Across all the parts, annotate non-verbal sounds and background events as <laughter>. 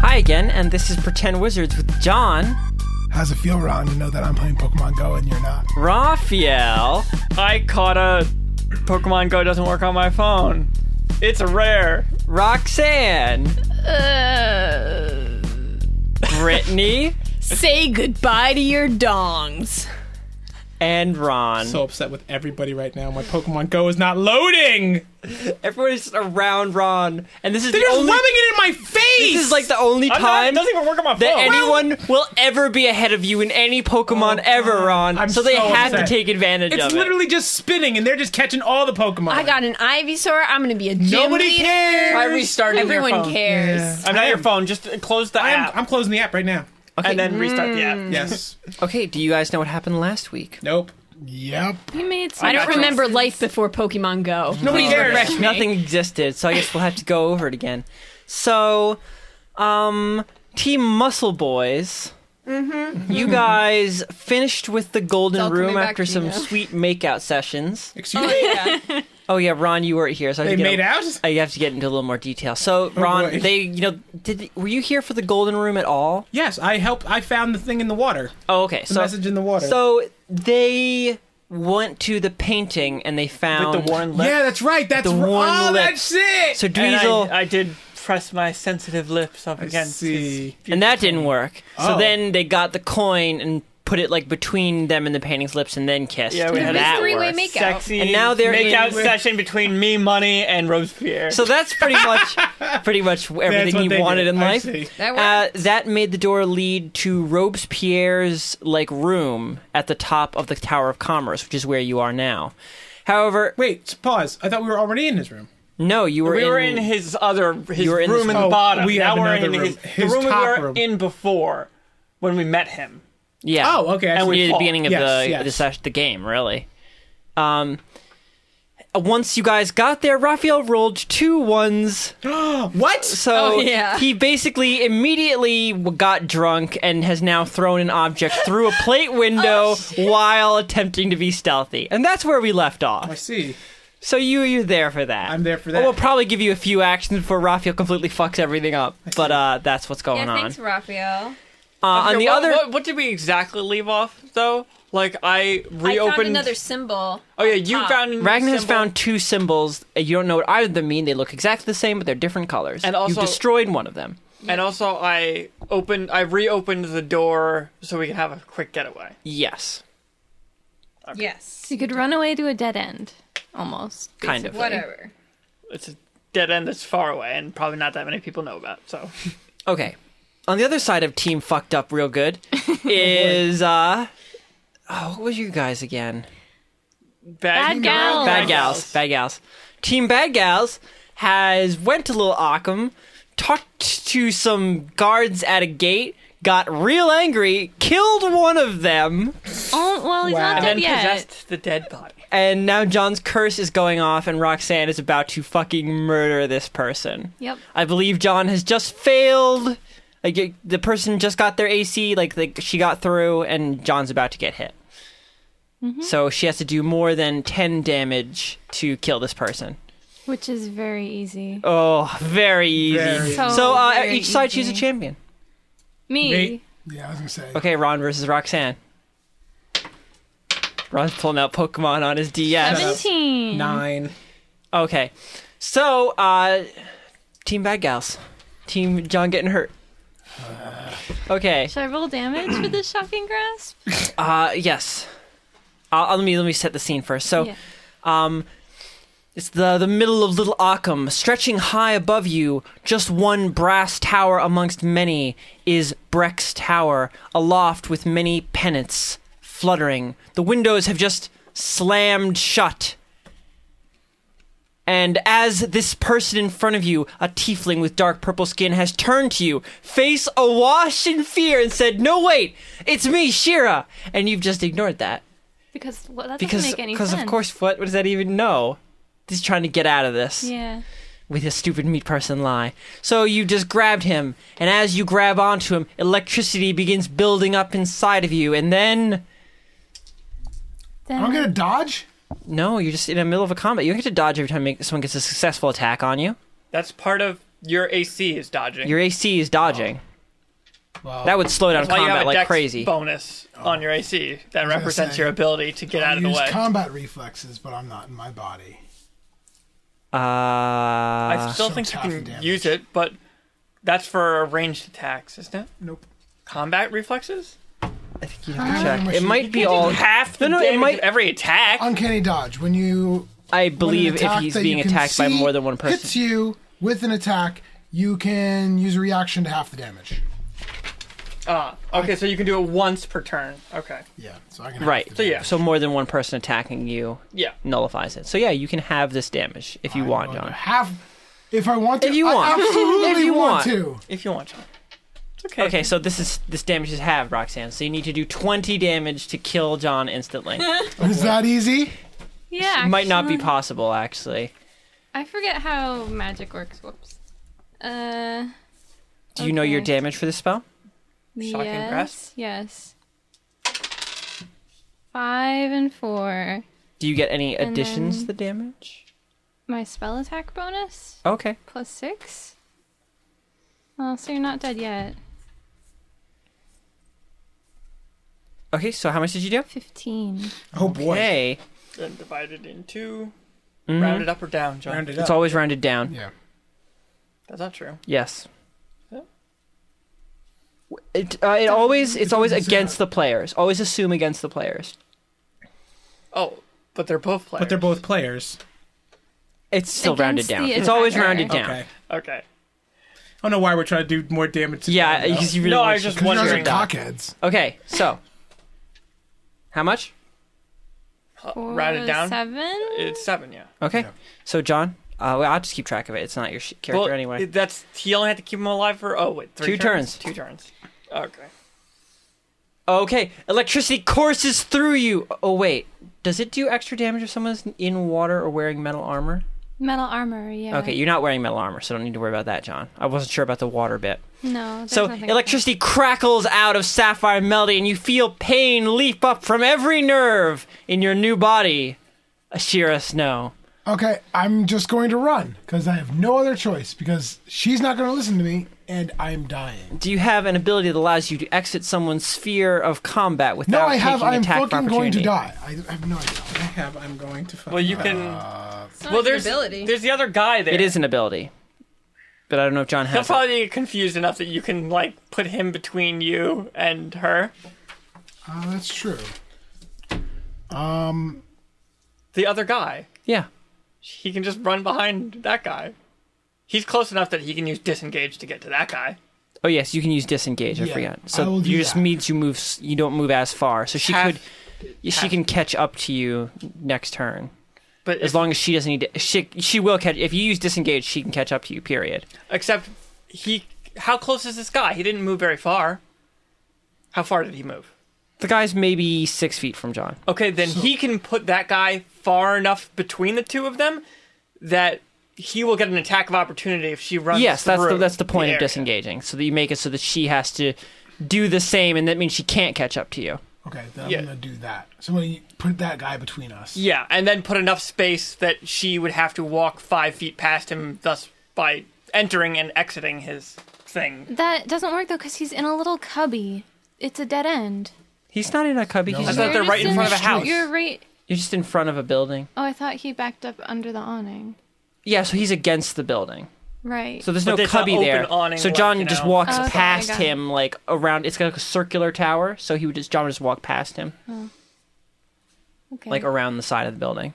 Ty again, and this is Pretend Wizards with John, How's it feel, Ron, to know that I'm playing Pokemon Go and you're not? Raphael. I caught a Pokemon Go doesn't work on my phone. It's a rare. Roxanne, Uh, Brittany, say goodbye to your dongs. and Ron. So upset with everybody right now. My Pokemon Go is not loading. Everybody's around Ron, and this is They're the just only. rubbing it in my face. This is like the only I'm not- time it doesn't even work on my that phone. Oh, anyone will ever be ahead of you in any Pokemon ever, Ron. I'm so they so had upset. to take advantage it's of it. literally just spinning, and they're just catching all the Pokemon. I got an Ivysaur. I'm gonna be a gym Nobody leader. cares. I restarted your Everyone phone. cares. I'm not your phone. Just close the I'm, app I'm closing the app right now. and then restart the Mm. app. Yes. Okay, do you guys know what happened last week? nope. Yep. You made some I don't choices. remember life before Pokemon Go. Oh, Nobody cares. refresh me. Nothing existed, so I guess we'll have to go over it again. So, um, Team Muscle Boys, you guys finished with the Golden all coming Room back after to you some now. sweet makeout sessions. Excuse me. Oh yeah, Ron, you weren't here, so I have They to get made out. I have to get into a little more detail. So, Ron, boy. they, you know, did were you here for the Golden Room at all? Yes, I helped. I found the thing in the water. Oh, okay. so message in the water. So they went to the painting and they found With the worn lip. yeah, that's right. That's The r- worn oh, lips. that's it. So And Dweezil, I, I did press my sensitive lips up I against his see. and that didn't work. So Oh. then they got the coin and put it like between them and the painting's lips, and then kissed. Yeah, we and had that a three-way worked. make- Makeout. sexy And now they're in makeout with- session between me, money, and Robespierre. So that's pretty much, pretty much That's everything what you they wanted did. in I life. see. That Uh, worked. that made the door lead to Robespierre's like room at the top of the Tower of Commerce, which is where you are now. However, Wait, s- pause. I thought we were already in his room. no, you were we in, were in his other his You were in room this- in the Oh, bottom. we now have we're another in room. his, His the room we top were room. in before when we met him. yeah. Oh, okay. I And see. we near the fall. beginning of Yes, the yes. the, sesh- the game, really. Um, once you guys got there, Raphael rolled two ones, <gasps> what? so Oh, yeah. he basically immediately w- got drunk and has now thrown an object through a plate <laughs> Oh, window while attempting to be stealthy, and that's where we left off. I see. So you you're there for that. I'm there for Well, that. we'll probably give you a few actions before Raphael completely fucks everything up. But uh, that's what's going yeah, on. thanks, Raphael. Uh, on the what, other, what, what did we exactly leave off though? Like I I reopened. found another symbol. oh yeah, you top. found. another Ragnar has symbol. found two symbols. Uh, You don't know what either of them mean. They look exactly the same, but they're different colors. And also- you've destroyed one of them. And also, I opened. I reopened the door so we can have a quick getaway. Yes, Yes. Yes. You could run away to a dead end, almost. kind of. Whatever. It's a dead end that's far away and probably not that many people know about. So Okay. On the other side of team fucked up real <laughs> good is uh, oh, what was you guys again? bad, Bad gals. Bad gals, bad gals. Team bad gals has went to Little Occam, talked to some guards at a gate, got real angry, killed one of them, Oh, well, he's Wow. not And dead then yet. possessed the dead body. and now John's curse is going off, and Roxanne is about to fucking murder this person. Yep. I believe John has just failed. Like y- the person just got their AC, like the, she got through, and John's about to get hit. Mm-hmm. So she has to do more than ten damage to kill this person. Which is very easy. Oh, very easy. Very So, So uh, very each side choose a easy. champion. Me. Me. Yeah, I was gonna say. Okay, Ron versus Roxanne. Ron's pulling out Pokemon on his DS. 17. Nine. Okay, so uh, Team Bad Gals, Team John getting hurt. Okay. Should I roll damage for this shocking grasp? Uh, yes. Uh, uh, let me let me set the scene first. So, Yeah. um, it's the the middle of Little Occam, stretching high above you. Just one brass tower amongst many is Breck's Tower, aloft with many pennants fluttering. The windows have just slammed shut. And as this person in front of you, a tiefling with dark purple skin, has turned to you, face awash in fear, and said, No, wait, it's me, Shira! And you've just ignored that. Because well, that Because, doesn't make any because sense. of course, what, what does that even know? He's trying to get out of this Yeah. with his stupid meat person lie. So you just grabbed him, and as you grab onto him, electricity begins building up inside of you, and then. Then I'm gonna dodge. No, you're just in the middle of a combat. You get to dodge every time make- someone gets a successful attack on you. That's part of Your AC is dodging. Your AC is dodging. Wow. That would slow down That's why you have combat a like dex crazy. bonus on your AC that gonna represents say, your ability to get out of the use way. combat reflexes, but I'm not in my body. Uh, I still So think you tough can damage. use it, but that's for ranged attacks, isn't it? Nope. Combat reflexes? I think you have to check. It machine. might be all. Half the No, no, it damage might- of every attack. Uncanny dodge. When you I when an believe if attack he's that you being can attacked by see more than one hits person. you with an attack, you can use a reaction to half the damage. Ah, okay, so you can do it once per turn. Okay. Yeah, so I can. half Right. the So yeah. So more than one person attacking you Yeah. nullifies it. So yeah, you can have this damage if you damage. want, I'm going to John. Half. If I want to, If you I want. <laughs> absolutely If you want. want, to. If you want to. It's okay. Okay, so this is this damage is halved, Roxanne. So you need to do twenty damage to kill John <laughs> instantly. Is that easy? Yeah. Might not be actually. possible, actually. I forget how magic works. Whoops. Uh. Do you know your Okay. damage for this spell? Shocking yes, grasp? Yes. Five and four. Do you get any And additions to then- the damage? My spell attack bonus Okay. plus six. Oh, so you're not dead yet. Okay, so how much did you do? Fifteen. Oh boy. Hey, Then divided in 2 Mm-hmm. Round it up or down, John. Round it it's up. always rounded down. Yeah. That's not true. Yes. Yeah. It, uh, it always it's always against the players. Always assume against the players. Oh, but they're both players. But they're both players. It's still Against rounded the down. It's always attacker. rounded down. Okay. Okay. I don't know why we're trying to do more damage. To Yeah, them, though. because you really Oh, No, want I to- just You guys are Wondering. cockheads. Okay, so how much? Uh, Four, round it down. Seven. It's 7, yeah. Okay, Yeah. so John, uh, well, I'll just keep track of it. It's not your sh- character Well, anyway. it- That's he only had to keep him alive for oh wait three Two turns. Two turns. Okay. Okay, electricity courses through you. Oh wait, does it do extra damage if someone's in water or wearing metal armor? Metal armor. Yeah. Okay, you're not wearing metal armor, so don't need to worry about that, John. I wasn't sure about the water bit. No. there's So nothing- electricity crackles out of Sapphire Melody, and you feel pain leap up from every nerve in your new body. Ashira Snow. Okay, I'm just going to run because I have no other choice because she's not going to listen to me and I'm dying. Do you have an ability that allows you to exit someone's sphere of combat without No, Oh, I have. taking I'm attack of fucking going to opportunity? die. I have no idea. I have. I'm going to. Fuck Well, you can. It's not well, like an there's ability. there's the other guy there. Uh, It is an ability, but I don't know if John He'll has. it. probably get confused enough that you can like put him between you and her. Uh, that's true. The other guy. Yeah. He can just run behind that guy. He's close enough that he can use disengage to get to that guy. Oh yes, you can use disengage. I Yeah, forgot. I So will do you just that. means you move. s- You don't move as far. So she Half- could. She can catch up to you next turn, But as if- long as she doesn't need to. She she will catch. If you use disengage, she can catch up to you. Period. except he. How close is this guy? He didn't move very far. How far did he move? The guy's maybe six feet from John. Okay, then he can put that guy far enough between the two of them that he will get an attack of opportunity if she runs. yes, that's the through that's the point of area. disengaging. So that you make it so that she has to do the same, and that means she can't catch up to you. Okay, then Yeah. I'm going to do that. Somebody put that guy between us. Yeah, and then put enough space that she would have to walk five feet past him, thus by entering and exiting his thing. That doesn't work though, because he's in a little cubby. It's a dead end. He's not in a cubby. No. He's I just- thought they're You're right in just front of a house. You're right. You're just in front of a building. Oh, I thought he backed up under the awning. Yeah, so he's against the building. Right. So there's But no there's a cubby open there. awning, so like, John you just know. walks Okay, I past got it. him like around. It's got like a circular tower, so he would just John would just walk past him okay. like around the side of the building.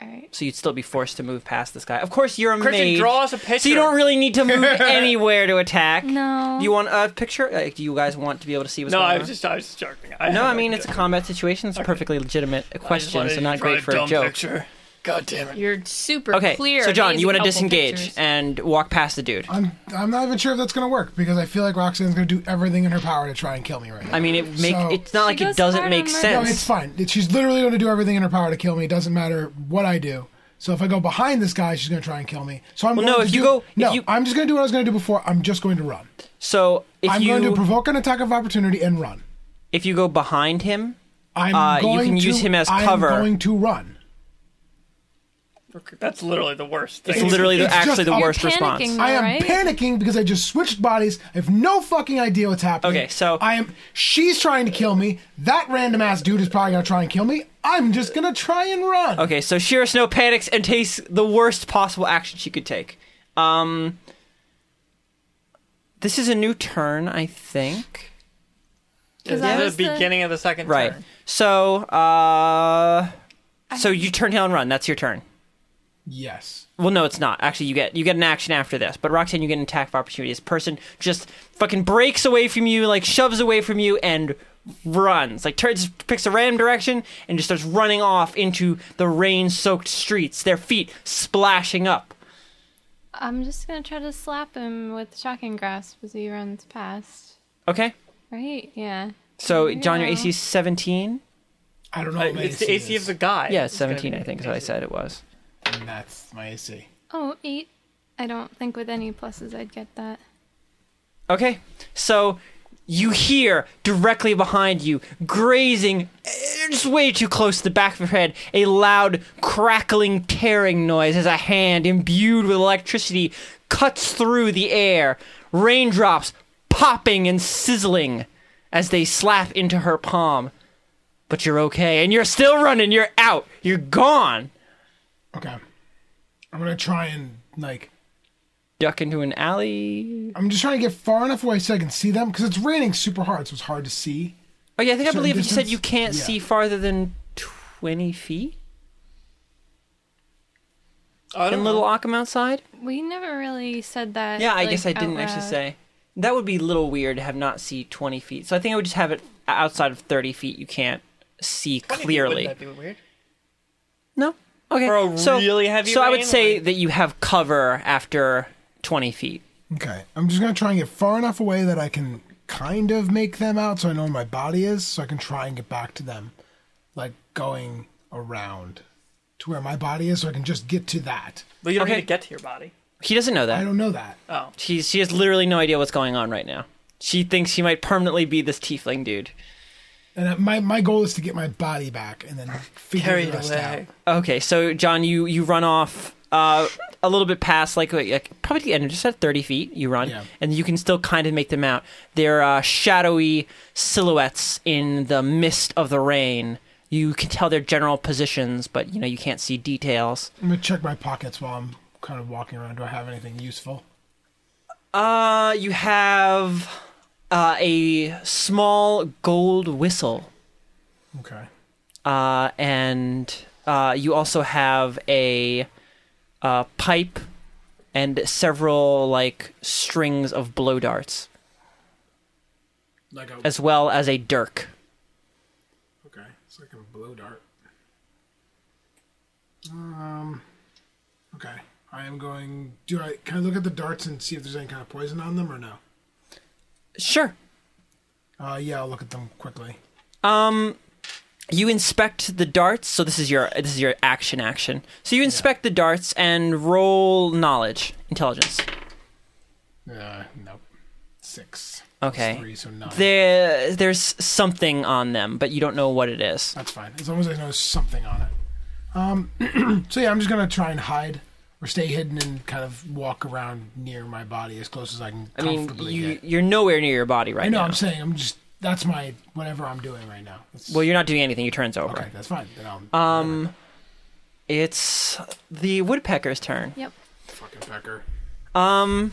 All right. So you'd still be forced to move past this guy. Of course, you're a Christian, mage, draw us a so picture. you don't really need to <laughs> move anywhere to attack. No. Do you want a picture? Like, do you guys want to be able to see what's No, going I on? was just, I was just joking. I No, had I mean it's a idea. combat situation. It's a perfectly legitimate I just question, wanted so to not draw great for a dumb joke. Picture. God damn it! You're super Okay, clear. so John, you want to disengage and walk past the dude. I'm, I'm not even sure if that's going to work because I feel like Roxanne's going to do everything in her power to try and kill me right now. I mean, it make So- it's not like goes it doesn't hard make on No, my- sense. it's fine. It- She's literally going to do everything in her power to kill me. It doesn't matter what I do. So if I go behind this guy, she's going to try and kill me. So I'm Well, going no, to if do, you go- if no, you- I'm just going to do what I was going to do before. I'm just going to run. so if I'm you going to provoke an attack of opportunity and run. if you go behind him, I'm Uh, you going can to, use him as I'm cover. going to run. Recruit. That's literally the worst thing. It's literally, the, it's just- actually, the You're worst response. panicking. I am Alright. panicking because I just switched bodies. I have no fucking idea what's happening. Okay, so- I am. She's trying to kill me. That random ass dude is probably gonna try and kill me. I'm just gonna try and run. Okay, so Shira Snow panics and takes the worst possible action she could take. Um, this is a new turn, I think. It's I the was the- beginning of the second Right. turn. So, uh, so you turn tail and run. That's your turn. Yes. Well, no, it's not. Actually, you get you get an action after this. But Roxanne, you get an attack of opportunity. This person just fucking breaks away from you, like shoves away from you, and runs. Like turns, picks a random direction, and just starts running off into the rain-soaked streets. Their feet splashing up. I'm just gonna try to slap him with shocking grasp as he runs past. Okay. Right? Yeah. So John, your AC is seventeen. I don't know. Uh, What my it's AC the AC of is. the guy. Yeah, It's gonna seventeen. be- I think is what I said it was. And that's my AC. Oh, eight. I don't think with any pluses I'd get that. Okay. So you hear directly behind you, grazing eh, just way too close to the back of your head, a loud crackling, tearing noise as a hand imbued with electricity cuts through the air, raindrops popping and sizzling as they slap into her palm. But you're okay, and you're still running, you're out, you're gone. Okay. I'm gonna try and like. Duck into an alley. I'm just trying to get far enough away so I can see them because it's raining super hard, so it's hard to see. Oh yeah, I think I Certain believe you said distance? you can't Yeah. see farther than twenty feet I in don't Little know. Occam outside. We never really said that. Yeah, I like, guess I didn't out actually loud. say. That would be a little weird to have not see twenty feet. So I think I would just have it outside of thirty feet. You can't see clearly. Wouldn't that be weird? No. Okay. For a so, really heavy So I would rain, say like- that you have cover after twenty feet. Okay. I'm just gonna try and get far enough away that I can kind of make them out, so I know where my body is, so I can try and get back to them, like going around to where my body is, so I can just get to that. But you don't Okay. need to get to your body. He doesn't know I that. don't know that. Oh. She she has literally no idea what's going on right now. She thinks she might permanently be this tiefling dude. And I- my my goal is to get my body back and then figure the rest out. Okay, so John, you you run off uh, a little bit past like, like probably the end, just at thirty feet. You run, Yeah. and you can still kind of make them out. They're uh, shadowy silhouettes in the mist of the rain. You can tell their general positions, but you know you can't see details. I'm gonna check my pockets while I'm kind of walking around. Do I have anything useful? Uh, you have uh, a small gold whistle, Okay. uh, and uh, you also have a uh, pipe and several like strings of blow darts, Like a, as well as a dirk. okay, it's like a blow dart. Um. Okay. I am going. Do I can I look at the darts and see if there's any kind of poison on them or no? Sure. Uh, yeah, I'll look at them quickly. You inspect the darts. So this is your this is your action action. So you inspect the darts and roll knowledge intelligence. Uh, nope. Six. Okay. Three, so nine. There there's something on them, but you don't know what it is. That's fine. As long as I know something on it. Um, <clears throat> so yeah, I'm just gonna try and hide or stay hidden and kind of walk around near my body as close as I can I mean, comfortably you get. you're nowhere near your body right I know. now. I'm saying I'm just that's my whatever I'm doing right now. That's, well, you're not doing anything. Your turn's over. okay, that's fine. Then I'll Um, it's the woodpecker's turn. Yep. fucking pecker. Um.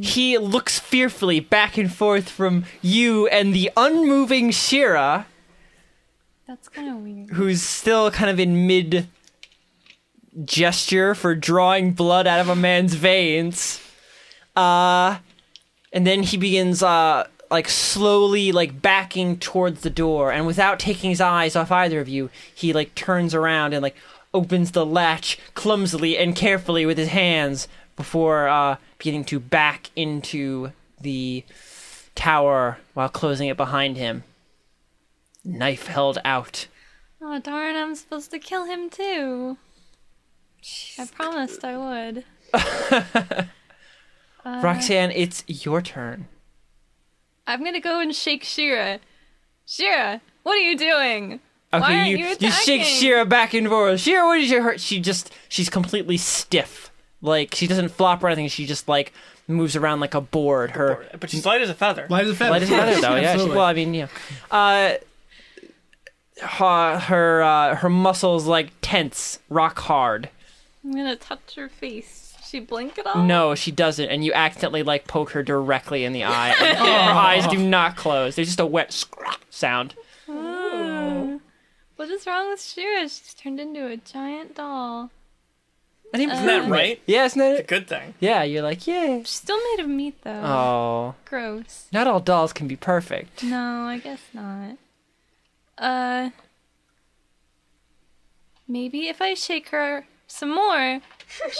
He looks fearfully back and forth from you and the unmoving Shira, That's kind of weird. who's still kind of in mid gesture for drawing blood out of a man's veins. Uh, and then he begins, uh, like slowly, like backing towards the door, and without taking his eyes off either of you, he like turns around and like opens the latch clumsily and carefully with his hands before uh, beginning to back into the tower while closing it behind him. Knife held out. Oh darn! I'm supposed to kill him too. I promised I would. Uh-huh. Roxanne, it's your turn. I'm gonna go and shake Shira. Shira, what are you doing? Okay, Why aren't you you you shake attacking? Shira back and forth. Shira, what is your hurt? She just she's completely stiff. Like she doesn't flop or anything. She just like moves around like a board. Her But she's light as a feather. Light as a feather. light as a feather, <laughs> though. Yeah. She, Absolutely. well, I mean, yeah. Uh, her her, uh, her muscles like tense, rock hard. I'm gonna touch her face. Does She blink at all? No, she doesn't, and you accidentally like poke her directly <laughs> in the eye. And Oh. Her eyes do not close. There's just a wet scrap sound. What is wrong with Shira? She's turned into a giant doll. An Isn't that Um, improvement. right? Yeah, isn't that it? Good thing. Yeah, you're like, yeah. She's still made of meat though. Oh, Gross. not all dolls can be perfect. No, I guess not. Uh, maybe if I shake her some more,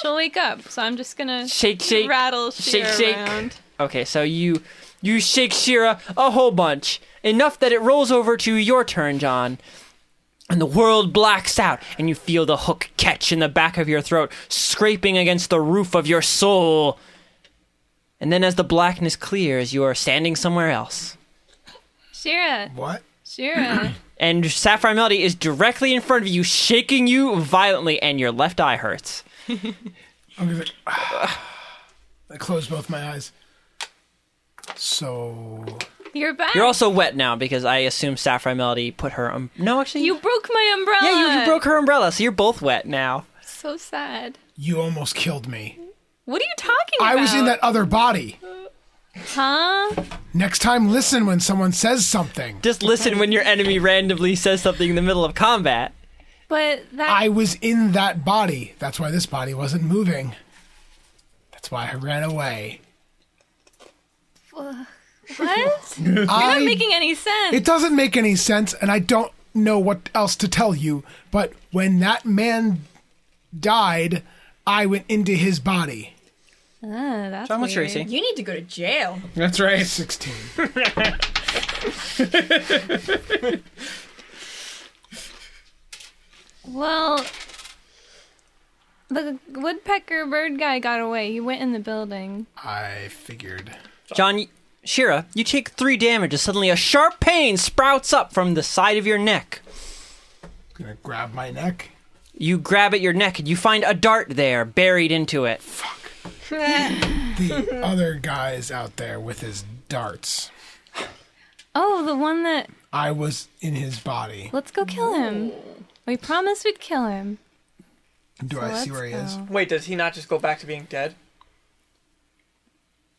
she'll wake up. So I'm just gonna Shake, shake. rattle shake, shake, shake. around. Okay, so you you shake Shira a whole bunch, enough that it rolls over to your turn, John. And the world blacks out, and you feel the hook catch in the back of your throat, scraping against the roof of your soul. And then, as the blackness clears, you are standing somewhere else. Shira, What? <clears throat> Shira. And Sapphire Melody is directly in front of you, shaking you violently, and your left eye hurts. I'm gonna. <sighs> I close both my eyes. So You're back. You're also wet now because I assume Sapphire Melody put her. Um- no, actually. you broke my umbrella. yeah, you, you broke her umbrella, so you're both wet now. So sad. you almost killed me. What are you talking I about? was in that other body. Huh? Next time, listen when someone says something. Just listen when your enemy randomly says something in the middle of combat. But that. I was in that body. That's why this body wasn't moving. That's why I ran away. <laughs> What? I, not making any sense. it doesn't make any sense, and I don't know what else to tell you, but when that man died, I went into his body. Ah, that's John, what's your weird. AC? You need to go to jail. That's right. 16. Well, the woodpecker bird guy got away. He went in the building. I figured. John, y- Shira, you take three damage as suddenly a sharp pain sprouts up from the side of your neck. gonna grab my neck. You grab at your neck and you find a dart there buried into it. The other guy's out there with his darts. Oh, the one that. I was in his body. Let's go kill him. We promised we'd kill him. Do I Let's see where he is? go. Wait, does he not just go back to being dead?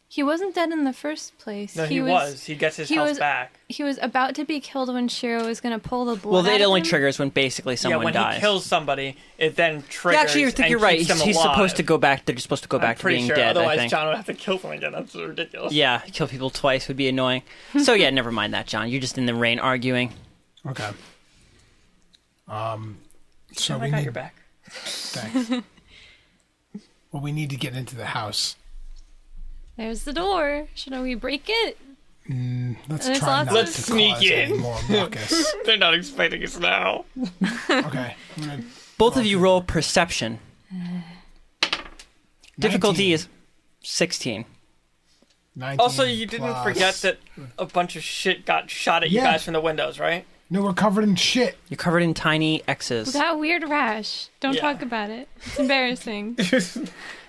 He wasn't dead in the first place. No, he, was, He gets his he health was- back. He was about to be killed when Shiro was gonna pull the blood. Well, out it of only him. triggers when basically someone yeah, when dies. he kills somebody, it then triggers. yeah, actually, you think and you're right. keeps He's, them he's alive. supposed to go back. They're supposed to go I'm back to pretty being sure. dead. I Otherwise, think. John would have to kill them again. That's ridiculous. Yeah, kill people twice would be annoying. so yeah, never mind that, John. You're just in the rain arguing. Okay. Um. So Oh, I we got need. your back. Thanks. <laughs> well, we need to get into the house. There's the door. Should we break it? Let's There's try lots not of- Let's to sneak cause any in. more ruckus. They're not expecting us now. okay. I'm gonna- Both of you roll perception. Difficulty 19. is 16. 19 Also, you didn't plus- forget that a bunch of shit got shot at you Yeah. guys from the windows, right? No, we're covered in shit. You're covered in tiny X's. That weird rash. Don't Yeah. talk about it. It's <laughs> embarrassing.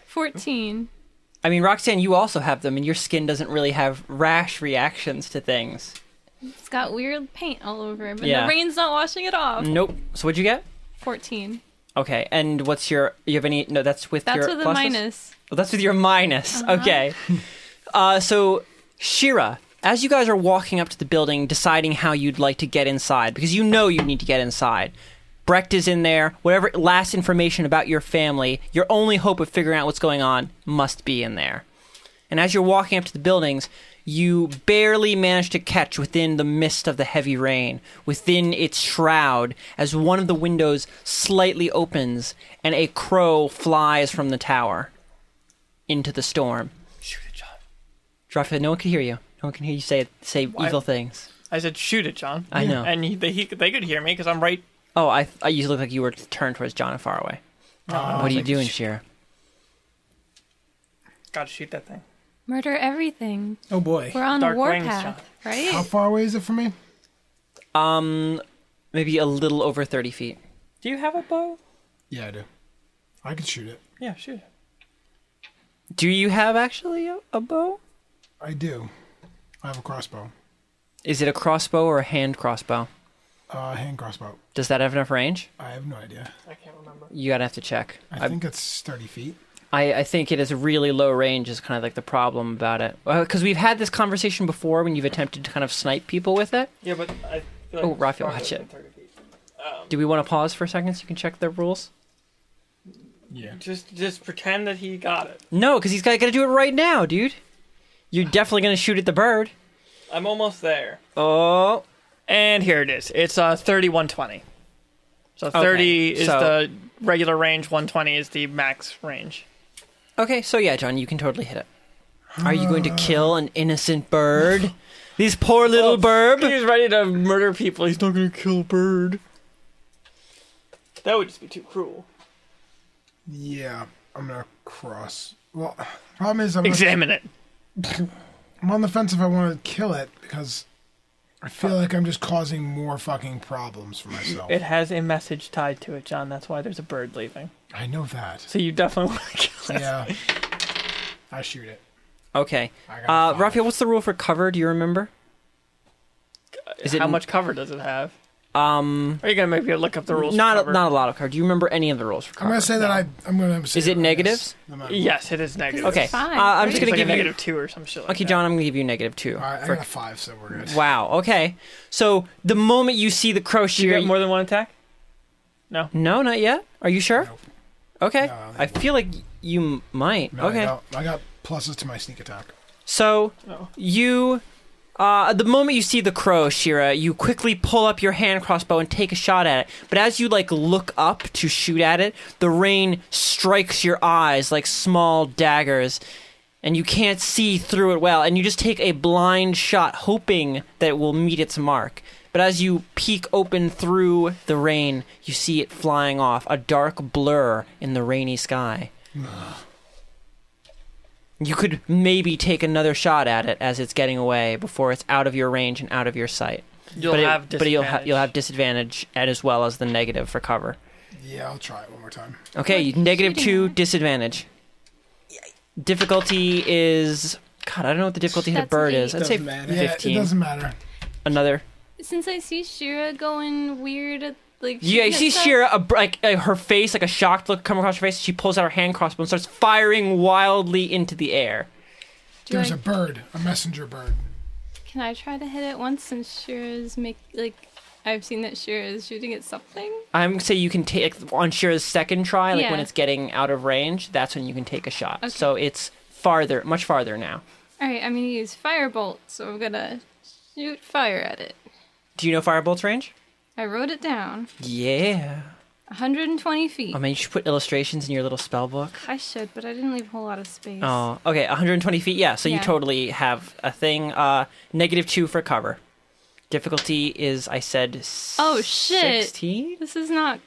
Fourteen. I mean, Roxanne, you also have them, and your skin doesn't really have rash reactions to things. It's got weird paint all over it, but Yeah. Mm. the rain's not washing it off. Nope. So what'd you get? Fourteen. Okay, and what's your? You have any? No, that's with That's your. with a pluses? minus. Oh, that's with your minus. Okay. <laughs> uh, so, Shira, as you guys are walking up to the building, deciding how you'd like to get inside, because you know you need to get inside. Brecht is in there. Whatever last information about your family, your only hope of figuring out what's going on must be in there. And as you're walking up to the buildings, you barely manage to catch within the mist of the heavy rain, within its shroud, as one of the windows slightly opens and a crow flies from the tower into the storm. Shoot it, John. Drafted, no one can hear you. No one can hear you say say evil things. I said, shoot it, John. I know. And he, they, he, they could hear me because I'm right. Oh, I I you look like you were turned towards John and far away. what are you doing, Shira? Gotta shoot that thing. Murder everything. Oh boy. We're on Dark the wings, warpath, How right? far away is it from me? Um, maybe a little over thirty feet. Do you have a bow? Yeah, I do. I can shoot it. Yeah, shoot. Do you have actually a, a bow? I do. I have a crossbow. Is it a crossbow or a hand crossbow? Uh, hand crossbow. Does that have enough range? I have no idea. I can't remember. You gotta have to check. I think it's 30 feet. I, I think it is really low range is kind of like the problem about it because we've had this conversation before when you've attempted to kind of snipe people with it. Yeah, but I feel like Oh, it's Raphael, farther watch than it. 30 feet. Do we want to pause for a second so you can check the rules? Yeah. Just just pretend that he got it. No, because he's got to do it right now, dude. You're definitely gonna shoot at the bird. I'm almost there. Oh, And here it is. It's uh 3120. So 30 is so- the regular range, 120 is the max range. okay. So yeah, John, you can totally hit it. Are you going to kill an innocent <laughs> bird? Oh. These poor little bird. He's ready to murder people. He's not going to kill a bird. That would just be too cruel. Yeah. I'm gonna cross. Well, problem is I'm, Examine it. I'm on the fence if I want to kill it because I feel like I'm just causing more fucking problems for <laughs> myself. It has a message tied to it, John. That's why there's a bird leaving. I know that. So you definitely <laughs> want to kill it. Yeah. I shoot it. Okay. I got a Uh, five. Raphael, what's the rule for cover? Do you remember? Is it How n- much cover does it have? Um, Are you going to make me look up the rules? for not cover? a, not a lot of cover. Do you remember any of the rules for cover? I'm gonna say that I. I'm gonna. Say Is it that I negatives? guess- no matter- Yes, it is negative. Okay. Five, uh, I'm just It's gonna like a give you. negative two or some shit. Like Okay, that. John, I'm gonna give you negative two. All right, I for- got a five, so we're good. wow. Okay. So the moment you see the crow Do you shear, get more than one attack? no, not yet. Are you sure? Nope. Okay. No, I don't I feel like you m- might. No, okay. I got, I got pluses to my sneak attack. So No. you, uh, the moment you see the crow, Shira, you quickly pull up your hand crossbow and take a shot at it. But as you like look up to shoot at it, the rain strikes your eyes like small daggers, and you can't see through it well. And you just take a blind shot, hoping that it will meet its mark. But as you peek open through the rain, you see it flying off, a dark blur in the rainy sky. You could maybe take another shot at it as it's getting away before it's out of your range and out of your sight. You'll but it- have but you'll ha- disadvantage. you'll have disadvantage and as well as the negative for cover. Yeah, I'll try it one more time. Okay, negative two disadvantage. Difficulty is God. I don't know what the difficulty hit a That's bird an is. eight. I'd say Doesn't matter. Yeah, it fifteen. doesn't matter. Another. Since I see Shira going weird, at, like Yeah, you shooting see at stuff, Shira, a, br- like uh, her face, like a shocked look come across her face. She pulls out her hand crossbow and starts firing wildly into the air. do There's I- a bird, a messenger bird. Can I try to hit it once since Shira's make like I've seen that Shira is shooting at something? I'm gonna say you can take on Shira's second try, like when Yeah. it's getting out of range. That's when you can take a shot. So it's farther, much farther now. All right, I'm gonna use firebolt, so I'm gonna shoot fire at it. Do you know firebolt's range? I wrote it down, Yeah. 120 feet. I mean, you should put illustrations in your little spell book. I should, but I didn't leave a whole lot of space. Oh, okay, 120 feet. Yeah, so you Yeah. totally have a thing. Uh, negative two for cover. Difficulty is, I said. Oh, shit. 16? This is not.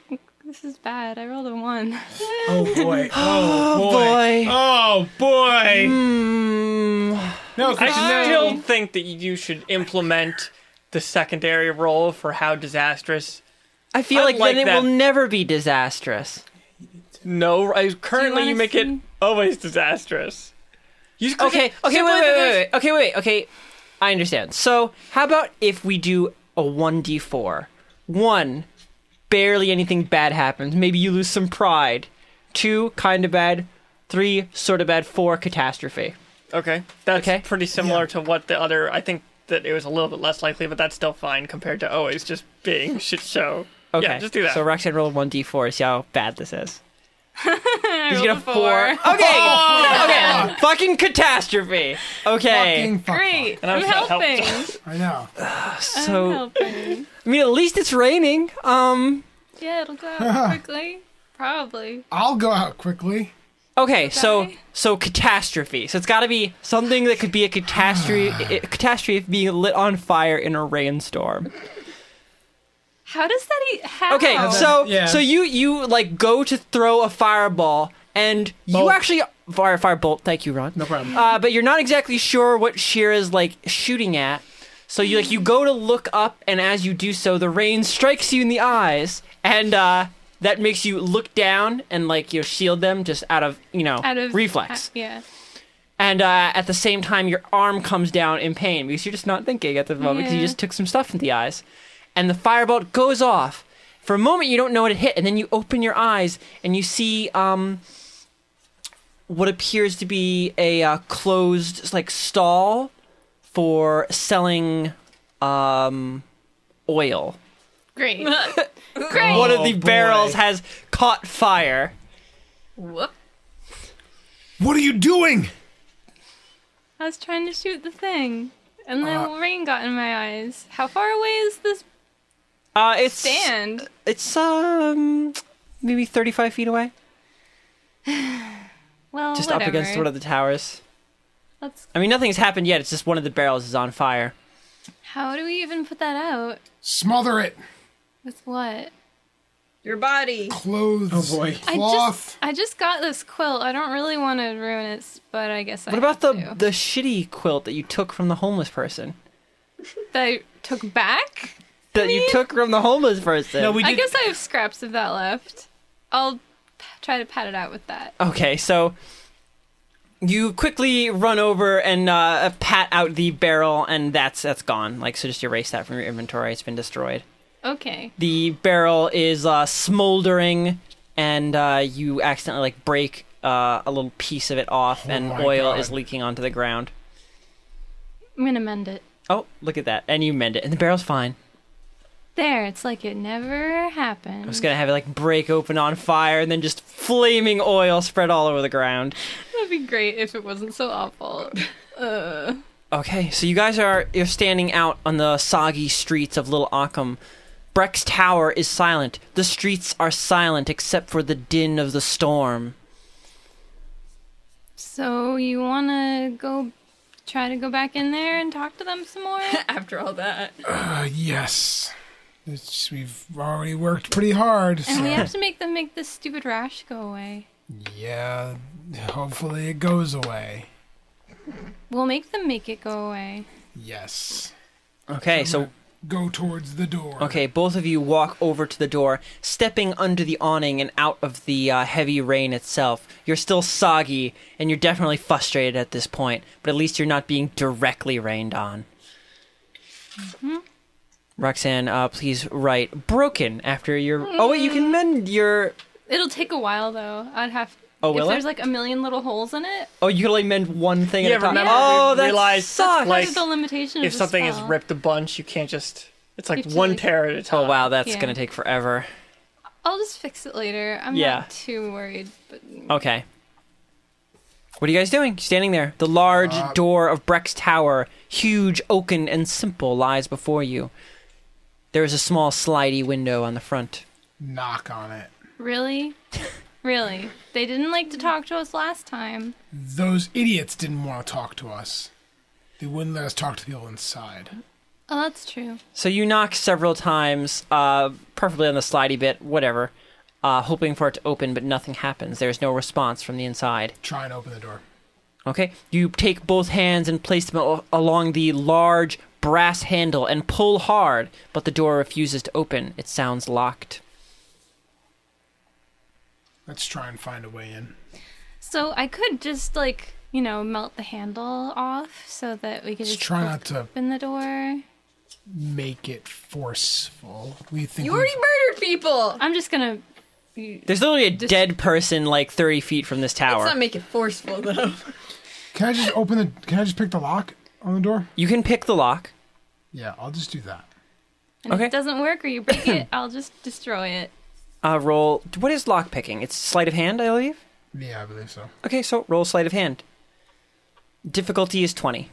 This is bad. I rolled a one. <laughs> Oh <gasps> boy. <gasps> Oh boy. boy. Um, Oh boy. No, Mm. I Christian, no. still think that you should implement the secondary role for how disastrous. I feel like, Unlike then it that- will never be disastrous. No, I, currently wanna you, make it see- always disastrous. You just click okay, it okay, wait, simply wait, wait, because- wait, wait. Okay, wait, okay. I understand. So, how about if we do a 1d4? One, barely anything bad happens. Maybe you lose some pride. Two, kind of bad. Three, sort of bad. Four, catastrophe. Okay, that's Okay. pretty similar Yeah. to what the other. I think that it was a little bit less likely, but that's still fine compared to always just being shit show. Okay, Yeah, just do that. So, Roxanne rolled 1d4 to see how bad this <laughs> is. He's rolled gonna a <laughs> four. Okay, Oh! okay, fucking catastrophe. Okay, Fucking fuck Great. I I'm, was gonna help. helping. <laughs> off. I know. I'm so helping. I mean, at least it's raining. Um, Yeah, it'll go <laughs> out quickly. Probably. I'll go out quickly. Okay, so Okay. so catastrophe. So it's got to be something that could be a <sighs> catastrophe. a catastrophe of being lit on fire in a rainstorm. Oh. How does that? E- how? Okay, so yeah. so you you like go to throw a fireball and you Bolt. actually fire firebolt. Thank you, Ron. problem. Uh, but you're not exactly sure what Shira's like shooting at. So you like you go to look up, and as you do so, the rain strikes you in the eyes, and uh, that makes you look down and like you know, shield them just out of you know Out of reflex. uh, yeah. and uh, at the same time, your arm comes down in pain because you're just not thinking at the moment because you Yeah. just took some stuff in the eyes, and the firebolt goes off. For a moment, you don't know what it hit, and then you open your eyes and you see um, what appears to be a uh, closed like stall for selling um, oil. <laughs> Great. One of the boy. barrels has caught fire. Whoop. What are you doing? I was trying to shoot the thing, and the rain got in my eyes. How far away is this Uh, it's stand? it's um maybe thirty five feet away. Well, just Oh, whatever. up against one of the towers. Let's. I mean, nothing's happened yet. It's just one of the barrels is on fire. How do we even put that out? Smother it. With what? Your body. Clothes. Oh, boy. I Cloth. just I just got this quilt. I don't really want to ruin it, s- but I guess I. What about the have to. the shitty quilt that you took from the homeless person? that I took back? That you took from the homeless person. No, we I did. guess I have scraps of that left. I'll p- try to pat it out with that. Okay, so you quickly run over and uh, pat out the barrel, and that's that's gone. Like, so just erase that from your inventory. It's been destroyed. Okay. The barrel is uh, smoldering, and uh, you accidentally like break uh, a little piece of it off, and Oh my oil God. is leaking onto the ground. I'm gonna mend it. Oh, look at that! And you mend it, and the barrel's fine. There. It's like it never happened. I was gonna have it like break open on fire and then just flaming oil spread all over the ground. That'd be great if it wasn't so awful. Uh, Okay, so you guys are you're standing out on the soggy streets of Little Ockham. Breck's tower is silent. The streets are silent except for the din of the storm. so you wanna go try to go back in there and talk to them some <laughs> more? <laughs> After all that. Uh, yes. It's, we've already worked pretty hard. and we So have to make them make this stupid rash go away. yeah. Hopefully it goes away. We'll make them make it go away. Yes. Okay, so Go towards the door. okay, both of you walk over to the door, stepping under the awning and out of the uh, heavy rain itself. You're still soggy and you're definitely frustrated at this point, but at least you're not being directly rained on. Roxanne, uh, please write broken after your. Oh wait, you can mend your. It'll take a while though. I'd have. Oh, if will it? there's like a million little holes in it, Oh, you can only mend one thing Yeah, at a time. remember oh, we that realized, sucks. like, that's the limitation. Of if the something is spell. ripped a bunch, you can't just. It's You like have to, one like- tear at a time. oh wow, that's Yeah. gonna take forever. I'll just fix it later. I'm Yeah. not too worried. But Okay. What are you guys doing? Standing there. The large door of Breck's Tower, huge, oaken, and simple, lies before you. There is a small, slidey window on the front. Knock on it. really, <laughs> really, they didn't like to talk to us last time. Those idiots didn't want to talk to us. They wouldn't let us talk to people inside. Oh, that's true. So you knock several times, uh, preferably on the slidey bit, whatever, uh, hoping for it to open, but nothing happens. There's no response from the inside. Try and open the door. Okay, you take both hands and place them al- along the large brass handle and pull hard, but the door refuses to open. It sounds locked. Let's try and find a way in. So I could just like you know melt the handle off so that we could Let's just try not to open the door. make it forceful. We think You we've- already murdered people. I'm just gonna. There's literally a dead person like 30 feet from this Let's tower. not make it forceful though. Can I just open the? Can I just pick the lock on the door? you can pick the lock. Yeah, I'll just do that. And if Okay. it doesn't work or you break it, I'll just destroy it. Uh, roll. What is lock picking? It's sleight of hand, I believe. Yeah, I believe so. Okay, so roll sleight of hand. Difficulty is 20.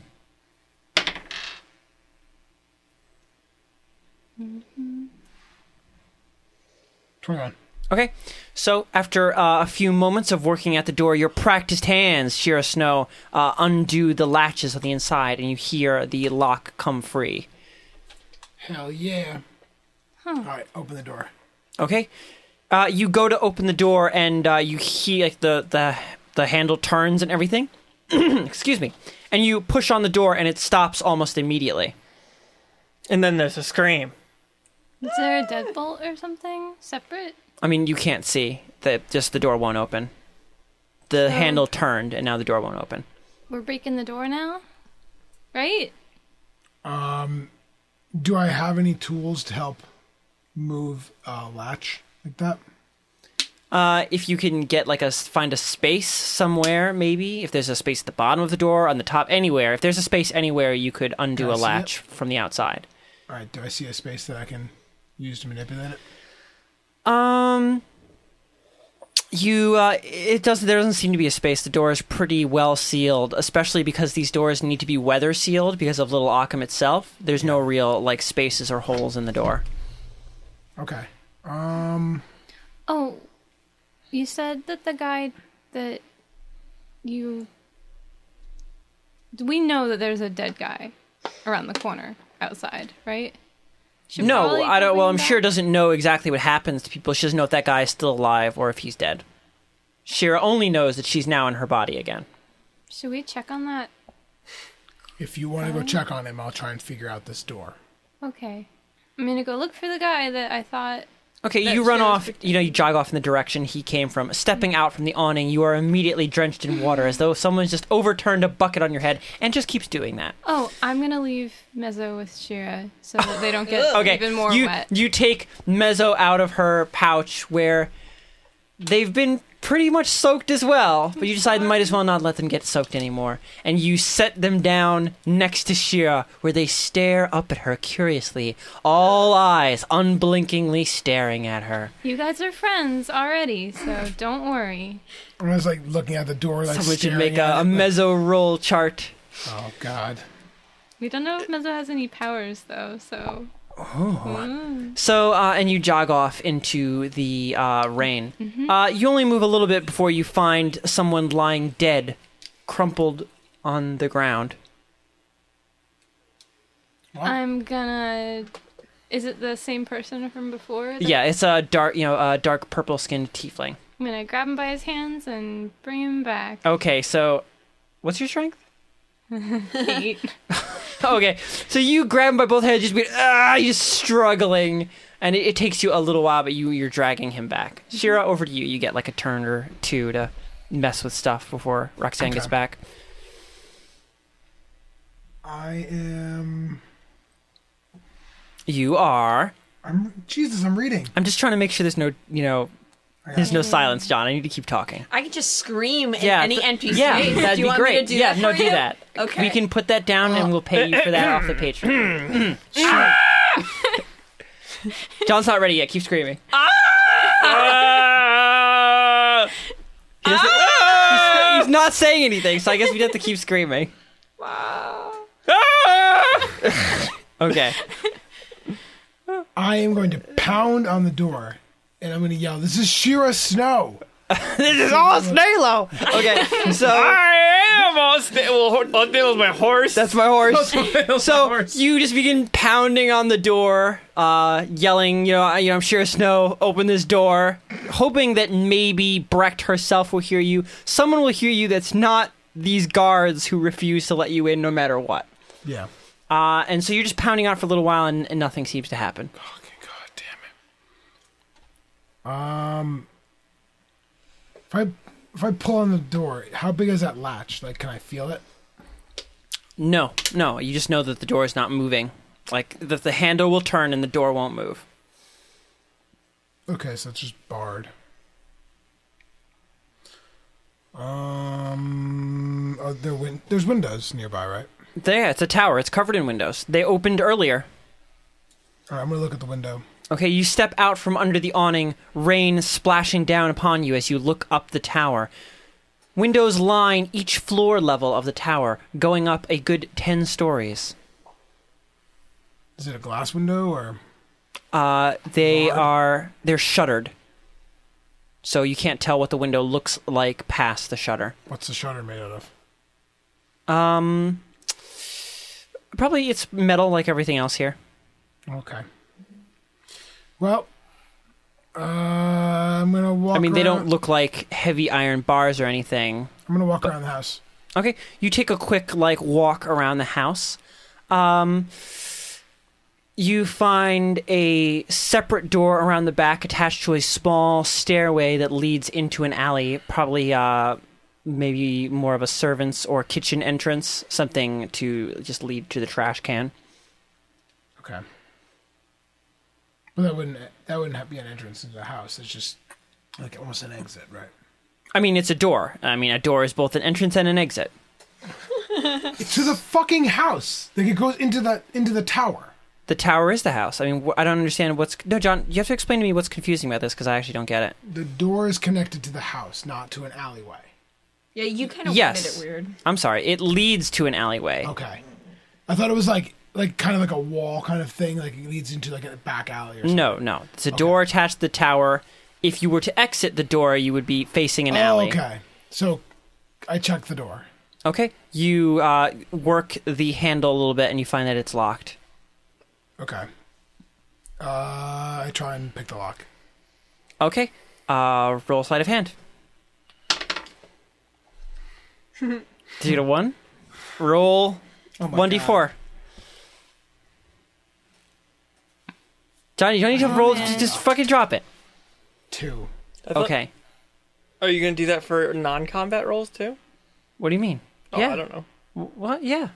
Twenty-one. Okay, so after uh, a few moments of working at the door, your practiced hands, Shira Snow, uh, undo the latches on the inside, and you hear the lock come free. Hell yeah! All right, open the door. Okay, uh, you go to open the door, and uh, you hear like the the the handle turns and <clears throat> everything. Excuse me, and you push on the door, and it stops almost immediately. And then there's a scream. Is there a deadbolt or something separate? I mean, you can't see. The, just the door won't open. Oh. The handle turned, and now the door won't open. We're breaking the door now, right? Do I have any tools to help move a latch like that? Uh, if you can get like a s- find a space somewhere, maybe if there's a space at the bottom of the door, on the top, anywhere. If there's a space anywhere, you could undo Can I a see latch from the outside. All right. Do I see a space that I can use to manipulate it? Um, you uh, it does. There doesn't seem to be a space. The door is pretty well sealed, especially because these doors need to be weather sealed because of Little Occam itself. There's no real like spaces or holes in the door. Okay. Um. Oh, you said that the guy that you. We know that there's a dead guy around the corner outside, right? Should No, probably I don't. go Well, in I'm back. sure doesn't know exactly what happens to people. She doesn't know if that guy is still alive or if he's dead. Shira only knows that she's now in her body again. Should we check on that? If you want to go check on him, I'll try and figure out this door. Okay. I'm gonna go look for the guy that I thought. Okay, That you run off. Shira's You know, you jog off in the direction he came from. Stepping out from the awning, you are immediately drenched in water, as though someone's just overturned a bucket on your head, and just keeps doing that. Oh, I'm gonna leave Mezzo with Shira so that they don't get <laughs> Okay, even more you wet. you take Mezzo out of her pouch where they've been pretty much soaked as well, but you decide might as well not let them get soaked anymore, and you set them down next to Shira, where they stare up at her curiously, all eyes unblinkingly staring at her. You guys are friends already, so don't worry. And I was like looking at the door, like Someone should staring make a, at it, a like, Mezzo roll chart. Oh God. We don't know if Mezzo has any powers though, so So, uh, and you jog off into the uh, rain. Uh, you only move a little bit before you find someone lying dead, crumpled on the ground. I'm gonna. Is it the same person from before? that- Yeah, it's a dark, you know, a dark purple skinned tiefling. I'm gonna grab him by his hands and bring him back. Okay, so what's your strength? Eight. <laughs> okay, so you grab him by both hands, just be ah, you're just struggling, and it, it takes you a little while, but you you're dragging him back. Shira, over to you. You get like a turn or two to mess with stuff before Roxanne gets Okay. back. I am. You are I'm. Jesus, I'm reading. I'm just trying to make sure there's no, you know, there's no silence, John. I need to keep talking. I could just scream at Yeah, any th- NPC. Yeah, Do that'd you be want great. Me to do yeah, that no, for do you? that. Okay. We can put that down and we'll pay you for that <clears throat> off the Patreon. <clears throat> John's not ready yet. Keep screaming. Uh, He doesn't- Oh. He's, he's not saying anything, so I guess we have to keep screaming. Okay. I am going to pound on the door, and I'm going to yell, "This is Shira Snow." <laughs> this is all Snalo. Okay, so <laughs> I am on sta- well, ho- on Dale's my horse. <laughs> <laughs> that's my horse. so Horse. you just begin pounding on the door, uh, yelling, you know, I- you know, I'm sure Snow, open this door, hoping that maybe Brecht herself will hear you. Someone will hear you that's not these guards who refuse to let you in no matter what. Yeah. Uh, and so you're just pounding on for a little while and, and nothing seems to happen. Fucking god damn it. Um. If I if I pull on the door, how big is that latch? Like, can I feel it? No, no, you just know that the door is not moving. Like, that the handle will turn and the door won't move. Okay, so it's just barred. Um, are there win- there's windows nearby, right? Yeah, it's a tower. It's covered in windows. They opened earlier. All right, I'm gonna look at the window. Okay, you step out from under the awning, rain splashing down upon you as you look up the tower. Windows line each floor level of the tower, going up a good 10 stories. Is it a glass window or? Uh, they are they're shuttered. So you can't tell what the window looks like past the shutter. What's the shutter made out of? Um probably it's metal like everything else here. Okay. Well, uh, I'm gonna walk. I mean, they don't around- look like heavy iron bars or anything. I'm gonna walk around the house. Okay, you take a quick like walk around the house. Um, you find a separate door around the back attached to a small stairway that leads into an alley, probably uh, maybe more of a servants or kitchen entrance, something to just lead to the trash can. Okay. But that wouldn't that wouldn't have- be an entrance into the house. It's just like almost an exit, right? I mean, it's a door. I mean, a door is both an entrance and an exit. It's to the fucking house. Like it goes into the into the tower. The tower is the house. I mean, wh- I don't understand what's. No, John, you have to explain to me what's confusing about this because I actually don't get it. The door is connected to the house, not to an alleyway. Yeah, you kind of Yes. wanted it weird. I'm sorry. It leads to an alleyway. Okay. I thought it was like like kind of like a wall kind of thing. Like it leads into like a back alley or something. No, no. It's a door attached to the tower. If you were to exit the door, you would be facing an Oh, alley. okay. So I check the door. Okay. You uh, work the handle a little bit and you find that it's locked. Okay. Uh, I try and pick the lock. Okay. Uh, roll sleight of <laughs> hand. Did you get a one? Roll Oh my one d four. John, you don't need to Oh, roll. man. Just fucking drop it. God. Two. Okay. Are you going to do that for non-combat rolls too? What do you mean? Oh, yeah. I don't know. What? Yeah.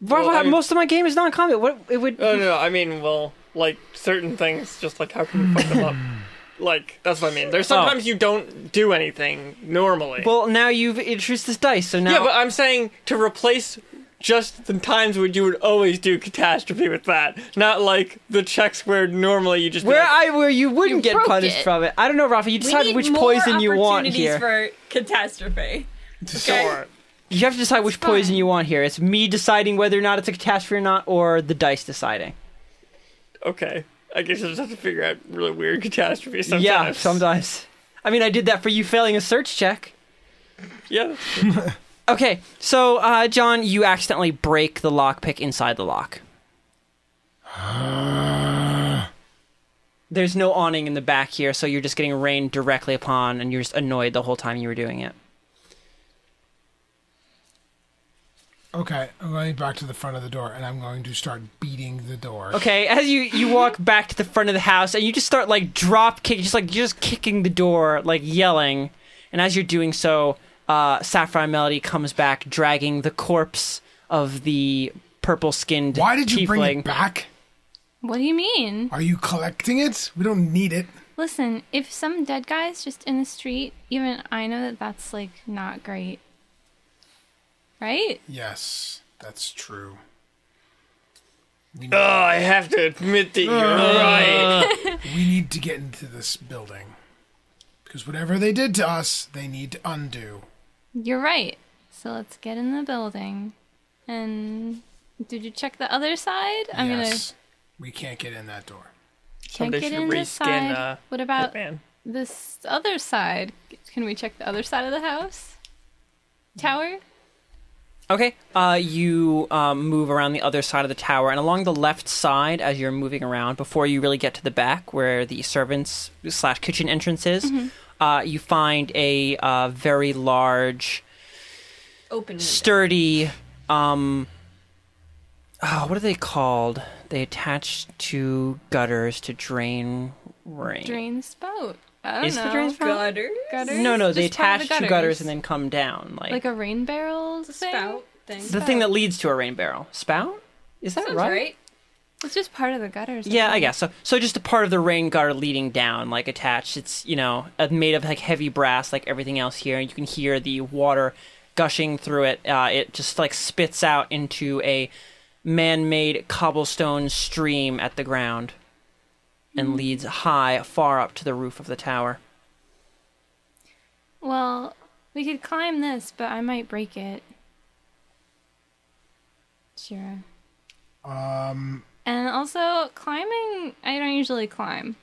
Well, Why- I mean- most of my game is non-combat. What it would? Oh no, I mean, well, like certain things, just like how can you fuck <sighs> them up? Like that's what I mean. There's sometimes you don't do anything normally. Oh. Well, now you've introduced this dice, so now yeah, but uh, I'm saying to replace just the times when you would always do catastrophe with that, not like the checks where normally you just be where like, I where you wouldn't You get broke punished it. from it. I don't know, Rafa. You We decide need which more poison you want opportunities here. for catastrophe. Okay. sure. You have to decide which poison you want here. It's me deciding whether or not it's a catastrophe or not, or the dice deciding. Okay, I guess I just have to figure out really weird catastrophes sometimes. Yeah, sometimes. I mean, I did that for you failing a search check. Yeah. Okay, so uh, John, you accidentally break the lockpick inside the lock. There's no awning in the back here, so you're just getting rained directly upon, and you're just annoyed the whole time you were doing it. Okay, I'm going back to the front of the door, and I'm going to start beating the door. Okay, as you you walk back to the front of the house and you just start like drop kicking, just like you're just kicking the door, like yelling. And as you're doing so, uh, Sapphire Melody comes back, dragging the corpse of the purple skinned. Why did you tiefling. bring it back? What do you mean? Are you collecting it? We don't need it. Listen, if some dead guy is just in the street, even I know that that's like not great. Right? Yes, that's true. We need, Oh, I have to admit that you're right. we need to get into this building. Because whatever they did to us, they need to undo. You're right. So let's get in the building. And did you check the other side? I'm yes. We can't get in that door. gonna Someday check it should in reskin, this side. uh, what about Hitman. this other side? Can we check the other side of the house? Tower? Okay. Uh, you um, move around the other side of the tower and along the left side as you're moving around before you really get to the back where the servants slash kitchen entrance is. Uh, you find a uh, very large, Open. window. sturdy. Um, oh, what are they called? They attach to gutters to drain rain. Drain spout. I don't Is know. the drain spout- Gutter. Gutters? No, no, they Just part of attach the to gutters and then come down like, like a rain barrel thing? Spout thing. the thing that leads to a rain barrel. Spout? Is that Sounds right? right. It's just part of the gutters. Yeah, I guess so. So just a part of the rain gutter leading down, like attached. It's you know uh, made of like heavy brass, like everything else here, and you can hear the water gushing through it. Uh, it just like spits out into a man-made cobblestone stream at the ground, and leads high, far up to the roof of the tower. Well, we could climb this, but I might break it. Shira. Um, And also, climbing, I don't usually climb.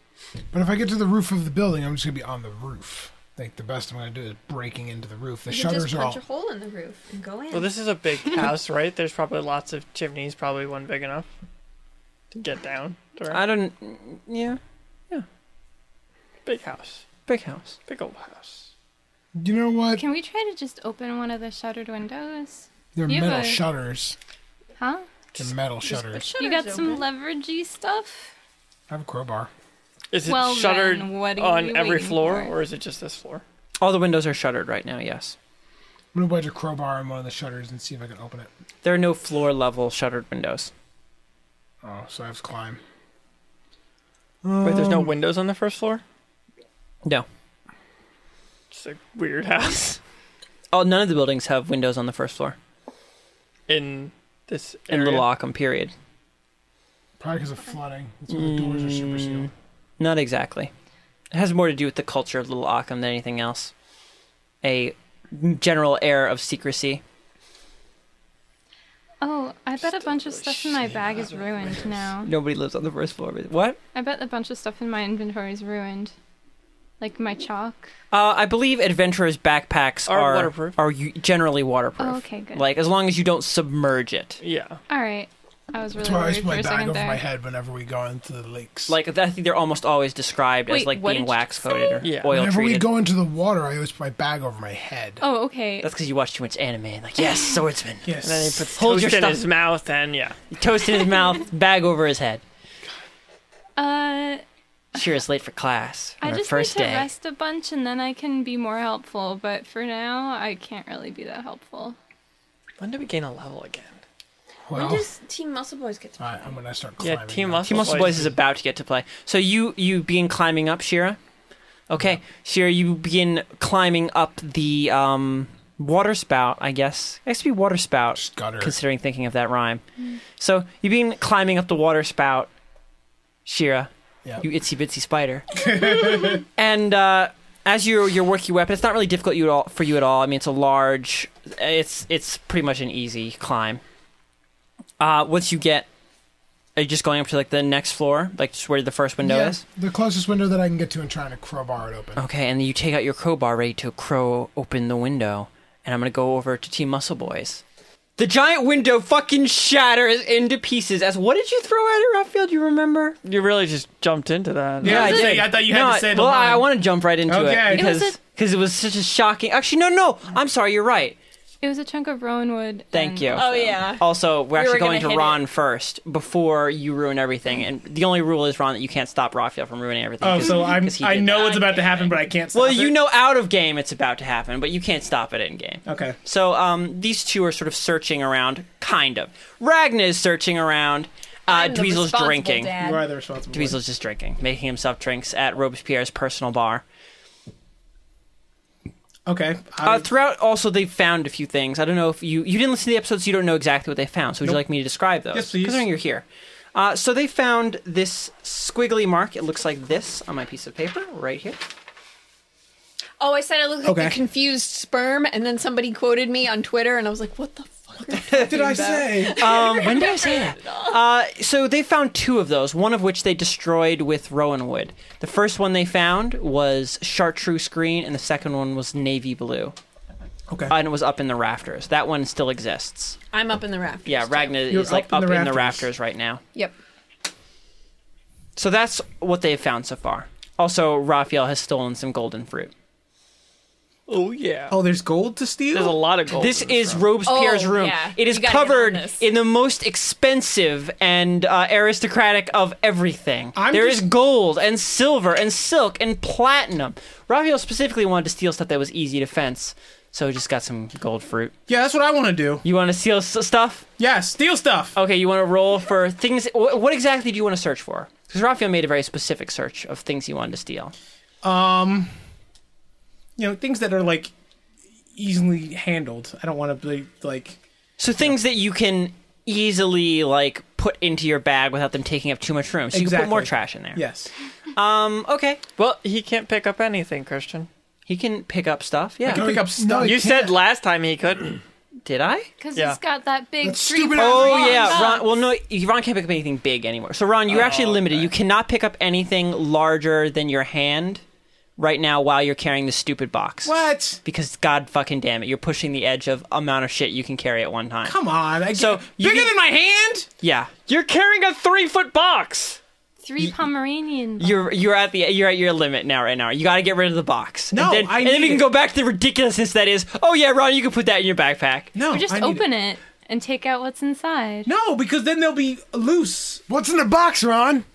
but if I get to the roof of the building, I'm just going to be on the roof. Like, the best I'm going to do is breaking into the roof. The You could shutters just are all. punch a hole in the roof and go in. Well, this is a <laughs> big house, right? There's probably lots of chimneys, probably one big enough to get down. To I don't. Yeah, big house, big house. big old house. You know what? Can we try to just open one of the shuttered windows? They're you uh, metal have a- shutters. Huh? The metal shutters. You got some leveragey stuff? I have a crowbar. Is it Well, shuttered then, what are on you every waiting floor, for? or is it just this floor? All the windows are shuttered right now, yes. I'm gonna wedge a crowbar in one of the shutters and see if I can open it. There are no floor level shuttered windows. Oh, so I have to climb. Wait, there's no Um, windows on the first floor. No. It's a weird <laughs> house Oh, none of the buildings have windows on the first floor in this in area. Little Ockham, period. Probably because of flooding. That's why the doors are super Mm. sealed. Not exactly. It has more to do with the culture of Little Ockham than anything else. A general air of secrecy. Oh, I bet a bunch of stuff in my bag is ruined now. Nobody lives on the first floor. but- What? I bet a bunch of stuff in my inventory is ruined. Like my chalk. Uh, I believe adventurers' backpacks Are are waterproof. Are u- generally waterproof. Oh, okay, good. Like as long as you don't submerge it. Yeah, All right. I was really That's why I worried always put for my a bag second over there. my head whenever we go into the lakes. Like I think they're almost always described as Wait, like what being did you wax coated or Yeah. oil whenever we treated. go into the water, I always put my bag over my head. Oh, okay. That's because you watch too much anime. Like yes, swordsman. yes. and then he puts Hold toast your in stuff. his mouth, and yeah, Toast <laughs> in his mouth, bag over his head. Uh, Sure is late for class. on I her just need first to day. rest a bunch and then I can be more helpful, but for now, I can't really be that helpful. when do we gain a level again? well, When does Team Muscle Boys get to Uh, all right, I'm gonna start climbing. Yeah, team now. muscle. Team Muscle Boys is about to get to play. So you you begin climbing up, Shira. Okay, Shira, you begin climbing up the um, water spout. I guess it has to be water spout. Scutter. Considering thinking of that rhyme, Mm. so you begin climbing up the water spout, Shira. Yeah. You itsy bitsy spider. <laughs> and uh, as you're you're working your weapon, it's not really difficult you at all, for you at all. I mean, it's a large. It's it's pretty much an easy climb. Uh, once you get, are you just going up to like the next floor, like just where the first window Yeah, is? the closest window that I can get to and trying to crowbar it open. Okay, and then you take out your crowbar ready to crow open the window, and I'm gonna go over to Team Muscle Boys. The giant window fucking shatters into pieces. As what did you throw at it, Raphael? Do you remember? You really just jumped into that. Yeah, I, did. think- I thought you had no, to say the well, I- I line. want to jump right into Okay. it It because was a- because it was such a shocking. Actually, no, no. I'm sorry. You're right. It was a chunk of rowan wood. Thank and- you. Oh yeah. Also, we're were actually gonna going to hit Ron first before you ruin everything. And the only rule is Ron that you can't stop Raphael from ruining everything. Oh, 'cause- so I'm, 'cause he I did know that. what's about to happen, but I can't stop Well, you it. know, out of game, it's about to happen, but you can't stop it in game. Okay. So um, these two are sort of searching around, kind of. Ragna is searching around. Uh, I'm the Dweezil's responsible drinking. dad. You are the responsible one. Dweezil's just drinking, making himself drinks at Robespierre's personal bar. Okay. I, Uh, throughout, also they found a few things. I don't know if you you didn't listen to the episodes, you don't know exactly what they found. So would you like me to describe those? Yes, please. Considering you're here. Uh, so they found this squiggly mark. It looks like this on my piece of paper right here. Oh, I said I looked like Okay. a confused sperm, and then somebody quoted me on Twitter, and I was like, "What the fuck?" what did I say? <laughs> Um, when did I say that? <laughs> Uh, so they found two of those. One of which they destroyed with rowan wood. The first one they found was chartreuse green, and the second one was navy blue. Okay. Uh, and it was up in the rafters. That one still exists. I'm up in the rafters. Yeah, too. Ragnar You're is like up up in the in the rafters. rafters right now. Yep. So that's what they've found so far. Also, Raphael has stolen some golden fruit. Oh yeah. oh, there's gold to steal? There's a lot of gold. This in is room. Robespierre's Oh, room. yeah. It is You gotta get on covered this. in the most expensive and uh, aristocratic of everything. There I'm is just- gold and silver and silk and platinum. Raphael specifically wanted to steal stuff that was easy to fence, so he just got some gold fruit. yeah, that's what I want to do. You want to steal s- stuff? Yeah, steal stuff. Okay, you want to roll for things. wh- What exactly do you want to search for? Because Raphael made a very specific search of things he wanted to steal. Um, you know, things that are like easily handled. I don't want to be like. So things that you can easily like put into your bag without them taking up too much room. So you can put Exactly. more trash in there. Yes. Um. Okay. Well, he can't pick up anything, Christian. He can pick up stuff. Yeah. Pick up stuff. No, You said can't. last time he couldn't. Did I? Because Yeah. it's got that big That three stupid prong ass Oh Ron, yeah. lock. Ron. Well, no. you- Ron can't pick up anything big anymore. So Ron, you're Oh, actually limited. You cannot pick up anything larger than your hand right now while you're carrying this stupid box. What? Because God fucking damn it, you're pushing the edge of amount of shit you can carry at one time. Come on. I So, so you bigger can- than my hand. Yeah. You're carrying a three foot box. Three Pomeranian. You're you're at the you're at your limit now right now. You got to get rid of the box. No, and then, I and then need we can it. go back to the ridiculousness that is. Oh yeah, Ron, you can put that in your backpack. No, Or just I need open it. and take out what's inside. No, because then they'll be loose. What's in the box, Ron?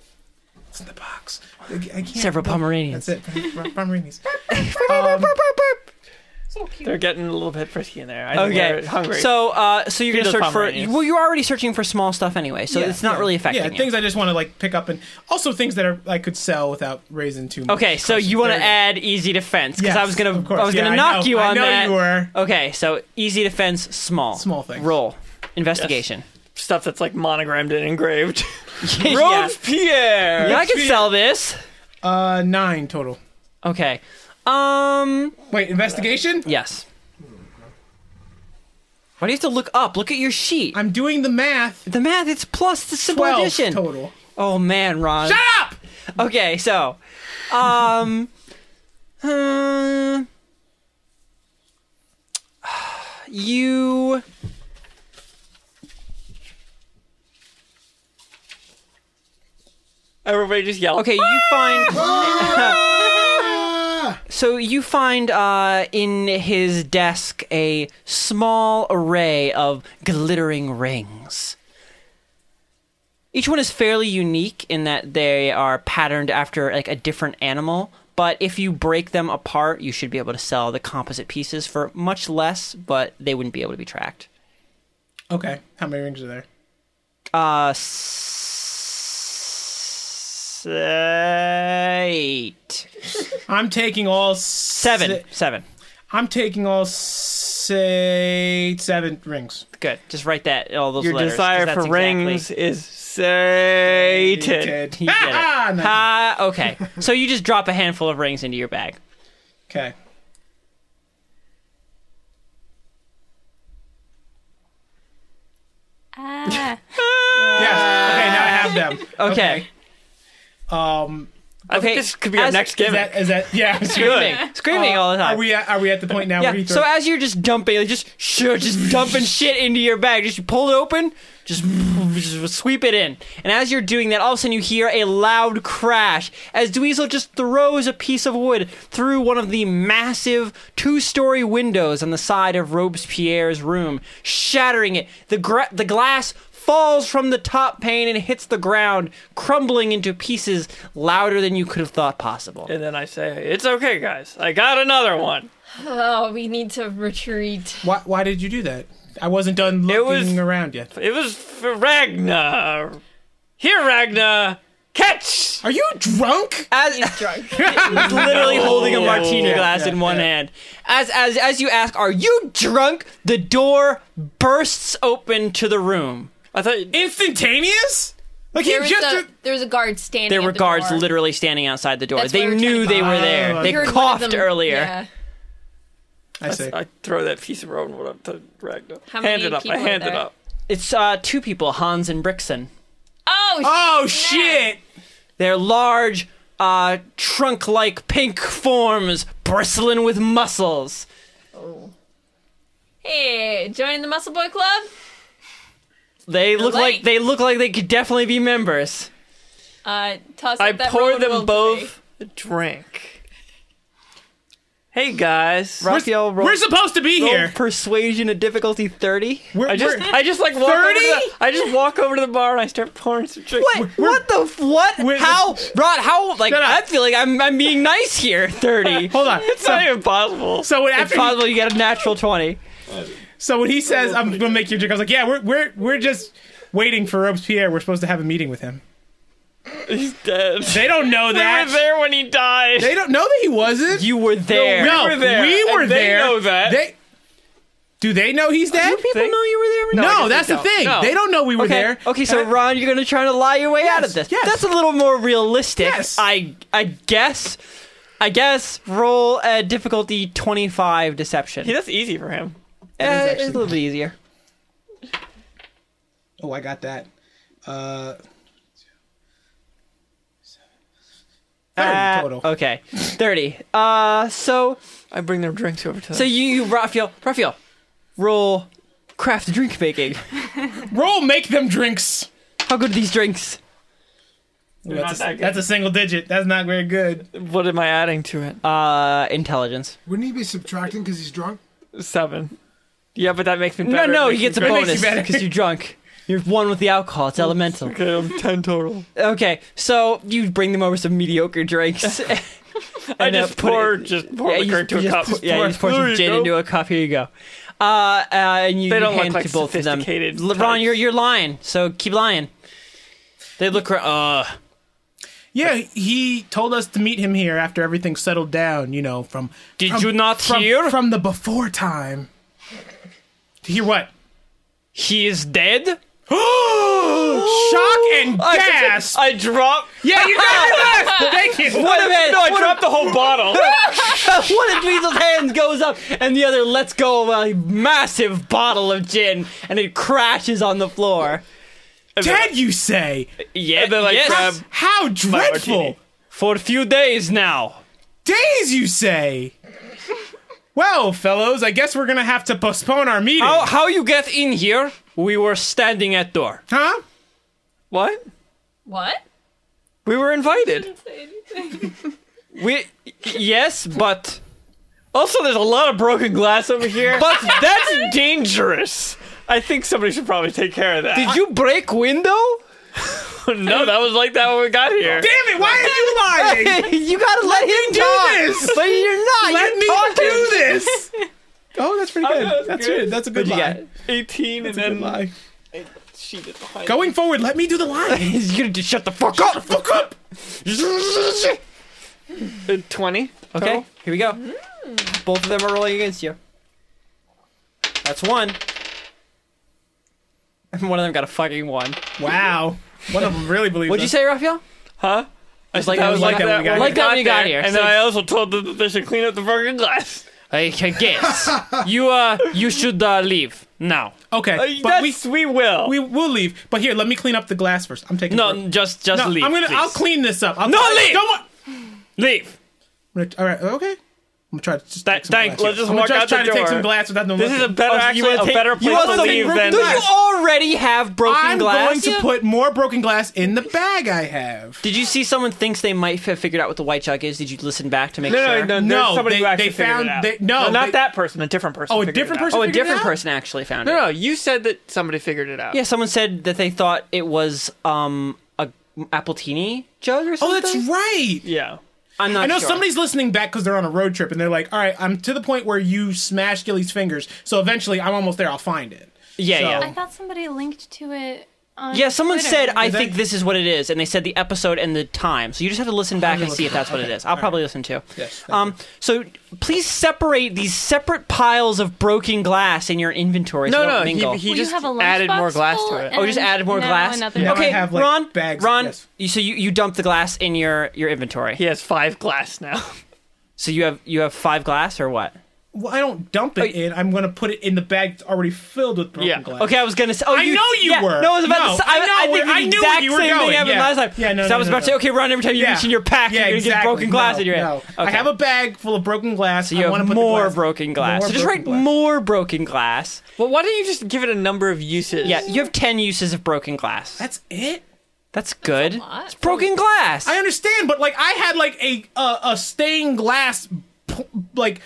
It's in the box. I, I can't. Several Pomeranians. That's it. Pom- <laughs> Pomeranians. <clears throat> <laughs> Um, They're getting a little bit frisky in there. I think Okay. They're hungry. So, uh, so you're Feed gonna those search for. Pomeranians. Well, you're already searching for small stuff anyway, so it's not really affecting Yeah, you. things I just want to like pick up and also things that are I could sell without raising too much. Okay, so you want to add easy defense because I Yes, was gonna, of course. I was Yeah, gonna I knock know. you I on know that. you were. Okay, so easy defense, small, Small things. Roll, investigation. Stuff that's like monogrammed and engraved. <laughs> <laughs> yeah. Robespierre. yeah, I can sell this. Uh, nine total. Okay. Um. Wait, investigation? Yes. Why do you have to look up? Look at your sheet. I'm doing the math. the math. It's plus the simple Twelve addition. total. Oh man, Ron. Shut up! Okay, so, um, uh, <sighs> you. Everybody just yell. Okay, you find. so you find uh, in his desk a small array of glittering rings. Each one is fairly unique in that they are patterned after like a different animal. But if you break them apart, you should be able to sell the composite pieces for much less, but they wouldn't be able to be tracked. Okay, how many rings are there? Uh, s- eight. I'm taking all Seven. si- Seven. I'm taking all say seven rings. Good. Just write that all those Your letters. 'cause desire that's for exactly- rings is Satan. Ted. You get it. Ah, nice. Ah, okay. so you just drop a handful of rings into your bag. Okay. Ah. Yes. Okay, now I <laughs> have them. Okay. Um, I think Okay, this could be our as- next is gimmick. that is that <laughs> yeah? Screaming, screaming all the Are time. we at, are we at the point now? where yeah. he So throws- as you're just dumping, like, just sure, <laughs> just dumping shit into your bag. Just you pull it open, just, just sweep it in. And as you're doing that, all of a sudden you hear a loud crash as Dweezil just throws a piece of wood through one of the massive two-story windows on the side of Robespierre's room, shattering it. The gra- the glass falls from the top pane and hits the ground, crumbling into pieces louder than you could have thought possible. and then I say, "It's okay, guys. I got another one." Oh, we need to retreat. why why did you do that? I wasn't done looking It was- around yet. It was for Ragna. Here, Ragna, catch. Are you drunk? As, <laughs> He's literally Oh, holding a martini glass in one hand. As as as you ask, "Are you drunk?" The door bursts open to the room. I thought Instantaneous? Like he There was, just a, did- there was a guard standing. There at were the guards door. literally standing outside the door. That's they what we were knew trying to they were find. there. Oh, They We heard one of coughed them- earlier. Yeah. I see. I throw that piece of road wood up to Ragna. How hand many it up. I people hand are it there? up. It's uh, two people, Hans and Brixen. <laughs> Oh, oh shit! Their large, uh, trunk-like pink forms bristling with muscles. Hey, join the Muscle Boy Club. They look like light. they look like they could definitely be members. Uh, toss I up that pour Roman roll them to me. both a drink. Hey guys, Raphael roll- We're supposed to be roll here. persuasion at difficulty thirty. We're, I just we're- I just like walk over to 30? the, I just walk over to the bar and I start pouring some drinks. What? What the? f- What? We're- how? Rod? How? Like no. I feel like I'm I'm being nice here. <laughs> Thirty. hold on. It's not even possible. So when It's after he, possible you get a natural twenty. so when he says I'm gonna make you a drink, I was like, yeah, we're we're we're just waiting for Robespierre. We're supposed to have a meeting with him. he's dead. They don't know They were that. there when he died. They don't know that he wasn't. You were there. no, were there, we and were they there. know that. They- do they know he's dead? people know you were there. no, guess that's they the don't. thing. No. They don't know we were Okay. there. Okay. So And- Ron, you're gonna try to lie your way out of this. yes. That's a little more realistic. Yes. I I guess. I guess roll a difficulty twenty five deception. Hey, that's easy for him. Eh, it's is a actually- little bit easier. Oh, I got that. Uh, thirty Uh, total. Okay. Thirty. Uh. So. I bring their drinks over to them. So you, you Raphael, Raphael, roll craft drink making. Roll, make them drinks. How good are these drinks? That's not a, that good. that's a single digit. That's not very good. what am I adding to it? Uh, intelligence. Wouldn't he be subtracting because he's drunk? Seven. Yeah, but that makes me No, better. no, It he <laughs> makes gets a me better. bonus because you're drunk. You're one with the alcohol. It's elemental. <laughs> Okay, I'm ten total. Okay, so you bring them over some mediocre <laughs> drinks. I And, uh, just put pour, it- just pour yeah, liquor you- into you a cup. just pour- yeah, you just pour some gin into a cup. Here you go. Uh, uh, and you, They you don't look hand it like to both of them. sophisticated L- Ron, types. you're you're lying. So keep lying. They look. ra- Uh, Yeah, he told us to meet him here after everything settled down. You know, from did from- you not from, hear? from the before time? To hear what? he is dead. <gasps> Shock and I- gasp! I dropped. yeah, you <laughs> got it. Thank you. What a man! No, I dropped the whole <laughs> bottle. one of Weasel's hands goes up, and the other lets go of a massive bottle of gin, and it crashes on the floor. Dead, you say? Yeah, And then I yes. grab- How martini. dreadful! for a few days now. Days, you say? Well, fellows, I guess we're gonna have to postpone our meeting, Oh. How how you get in here? We were standing at door. huh? What? What? We were invited. We yes, but Also, there's a lot of broken glass over here. but that's That's dangerous. I think somebody should probably take care of that. did you break window? no, that was like that when we got here. Damn it! Why are <laughs> <laughs> you lying? you gotta let, him do talk. this. But you're not. Let you're me talking. do this. Oh, that's pretty Oh, good. that was that's good. good. That's a good What'd you lie. get? 18 and Good then lie. she did behind. Going forward, let me do the line. <laughs> He's gonna just shut the fuck up. Fuck up. Uh, 20. <laughs> Okay, Oh. here we go. Both of them are rolling against you. That's one. And one of them got a fucking one. Wow. One of them really believes. What'd you us. say, Raphael? Huh? I like- it was like that when we got here. Like that when you got here. And then I also told them that they should clean up the broken glass. I can guess. you uh, you should uh, leave now. Okay, Uh, but we that's- we, will. we will leave. But here, let me clean up the glass first. I'm taking. No, the- just just no, leave. I'm gonna. please. I'll clean this up. I'll, No, I- leave! Don't want. leave. I'm gonna- All right. Okay. I'm gonna try to just Tha- take some thank glass. you. Let's just I'm gonna walk try, out try the to take door. some glass without them this is looking. a better, Oh, so you actually, wanna a take- better you place to also- leave than Do you already have broken I'm glass? going to put more broken glass in the bag I have. Did you see someone thinks they might have figured out what the white jug is? Did you listen back to make No, sure? no, no, No, There's somebody they- who actually they figured found- it out. they- no, not they- that person. A different person. Oh, a figured it different out. person Oh, a figured it different out? person actually found No, it. no. You said that somebody figured it out. Yeah, someone said that they thought it was um a appletini jug or Oh, something. that's right. Yeah. I'm not. I know sure. somebody's listening back because they're on a road trip and they're like, "All right, I'm to the point where you smash Gilly's fingers, so eventually I'm almost there. I'll find it." Yeah, So- yeah. I thought somebody linked to it on Yeah, someone Twitter. said, I Did think they? this is what it is, and they said the episode and the time. So you just have to listen back to and see if listen. that's what it Okay. is. I'll probably listen to. Yes, thank Um, so please separate these separate piles of broken glass in your inventory. so No, they don't no. mingle. He, he Well, you just have a added more lunchbox glass full to it. Oh, you just And added more now glass. another Yeah. okay, I have, like, Ron. bags, Ron, yes. you, so you you dump the glass in your your inventory. He has five glass now. <laughs> So you have you have five glass or what? Well, I don't dump it Oh, in. I'm gonna put it in the bag that's already filled with broken Yeah. glass. Okay, I was gonna say. Oh, I you, know you yeah, were. No, I was about No, to. say- I know I, I think where- I the knew where exact you were same thing going, happened yeah. last time. Yeah, no, So no, I was no, about to no. say, okay, Ron, every time you reach in your pack, yeah, you're gonna get exactly. broken glass no, in your hand. No. Okay. I have a bag full of broken glass. So you I have want to more put the glass. broken glass. More so just write broken glass. more broken glass. well, why don't you just give it a number of uses? Yeah, you have ten uses of broken glass. That's it. That's good. lot. It's broken glass. I understand, but like I had like a a, a stained glass, p- like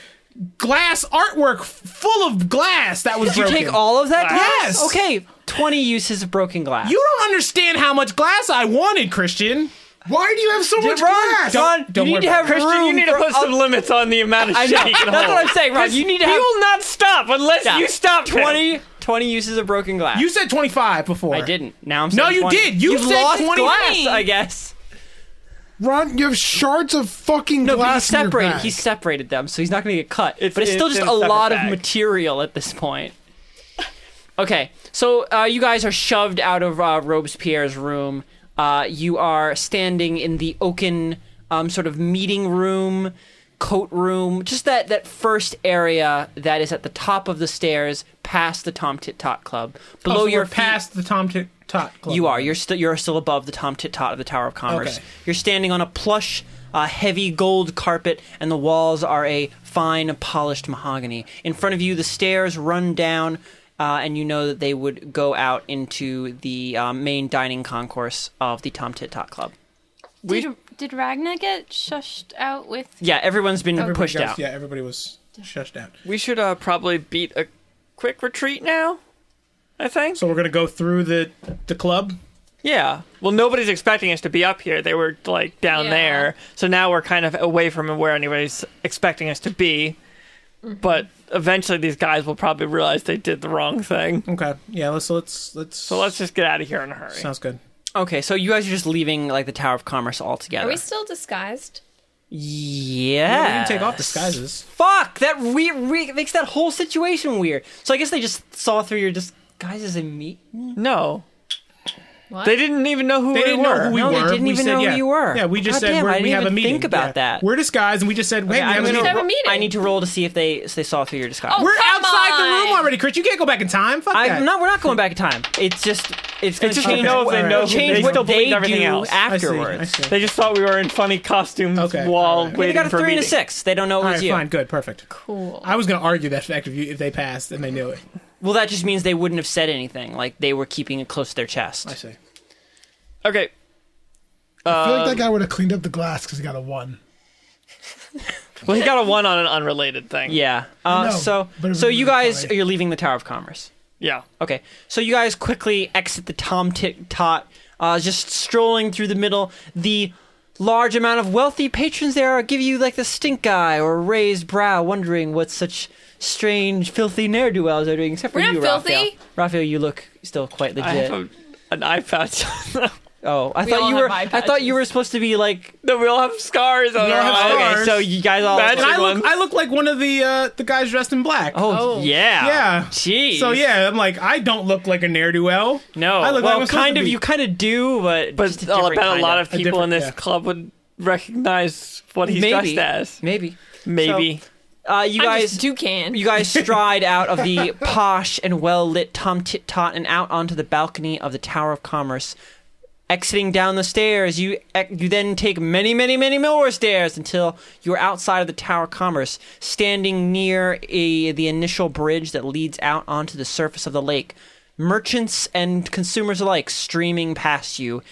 glass artwork f- full of glass that was Did you broken. take all of that glass? Yes. Okay, twenty uses of broken glass. You don't understand how much glass I wanted, Christian. Why do you have so much Ron, glass? Ron, Don't you worry need to about have it. Christian, room you need to for put oth- some limits on the amount of I shit know. you can That's hold. what I'm saying, Ron. You need to He have. will not stop <laughs> unless Yeah. you stop him. 20, 20 uses of broken glass. You said twenty five before. I didn't. Now I'm No, saying you 20. did. You You've said lost 20. glass, I guess. Ron, you have shards of fucking No, but he's glass in your separated. bag. He's separated them, so he's not going to get cut. It's- but it's still it's just in a a separate lot of bag. material at this point. Okay, so uh, you guys are shoved out of uh, Robespierre's room. Uh, you are standing in the oaken um, sort of meeting room, coat room, just that, that first area that is at the top of the stairs, past the Tom Tit Tot Club. Below Oh, so your we're past the Tom Tit Tot Club. you are. You're still you're still above the Tom Tit Tot of the Tower of Commerce. Okay. You're standing on a plush, uh, heavy gold carpet, and the walls are a fine polished mahogany. In front of you, the stairs run down, uh, and you know that they would go out into the uh, main dining concourse of the Tom Tit Tot Club. Did, did Ragna get shushed out with Yeah, everyone's been Everybody pushed goes- out. Yeah, everybody was shushed out. We should uh, probably beat a quick retreat now. I think. So we're gonna go through the the club. Yeah. Well, nobody's expecting us to be up here. They were like down Yeah. there. So now we're kind of away from where anybody's expecting us to be. But eventually these guys will probably realize they did the wrong thing. Okay. Yeah. Let's let's let's. So So let's just get out of here in a hurry. Sounds good. Okay, so you guys are just leaving like the Tower of Commerce Are altogether. we still disguised? yeah. We can take off disguises. Fuck! That re- re- makes that whole situation weird. So I guess they just saw through your disguises and meet. no. They didn't even know who They we didn't were. know who we No, were. they didn't we even said, know who yeah. you were. Yeah, we just God said damn, we're, I didn't we have a even meeting. think about Yeah. that. We're disguised, and we just said, "Hey, we I'm have a gonna meeting." Oh. have a ro- meeting. I need to roll to see if they if they saw through your disguise. We're Come outside the room on. already, Chris. You can't go back in time. Fuck that. I'm not. We're not going back in time. It's just. It's gonna It's just change. we know if they what- know who- change they what still they believe everything do else. I see, afterwards. I see. They just thought we were in funny costumes Okay, while all right. They waiting got a for three and a meeting. six. They don't know it All was right, you. fine, good, perfect. Cool. I was gonna argue that fact if you if they passed and they knew it. Well, that just means they wouldn't have said anything. Like they were keeping it close to their chest. I see. Okay. I feel like um, that guy would have cleaned up the glass because he got a one. Well, he got a one on an unrelated thing. Yeah. Uh, know, so but it so was you really guys funny. you're leaving the Tower of Commerce. Yeah. Okay. So you guys quickly exit the Tom Tit Tot, uh, just strolling through the middle. The large amount of wealthy patrons there give you like the stink eye or raised brow, wondering what such strange, filthy ne'er do wells are doing. Except for We're not you, Raphael. filthy. Raphael, you look still quite I legit. have a, an eye patch. on. oh, I thought all you have were. eye I thought you were supposed to be like. no, we all have scars on We all our have eyes. scars. Okay, so you guys all. Imagine And I look Everyone. I look like one of the uh, the guys dressed in black. Oh, Oh. yeah. Yeah. Jeez. So yeah, I'm like I don't look like a ne'er do well. No. I look like well, I'm supposed kind to of. be. You kind of do, but But just a I'll different bet a kind lot of A people in different- this yeah. club would recognize what he's Maybe. dressed as. Maybe. Maybe. Uh, you I guys. just toucan. You <laughs> guys stride out of the posh and well lit Tom Tit Tot and out onto the balcony of the Tower of Commerce. Exiting down the stairs, you ec- you then take many, many, many more stairs until you're outside of the Tower of Commerce, standing near a, the initial bridge that leads out onto the surface of the lake. Merchants and consumers alike streaming past you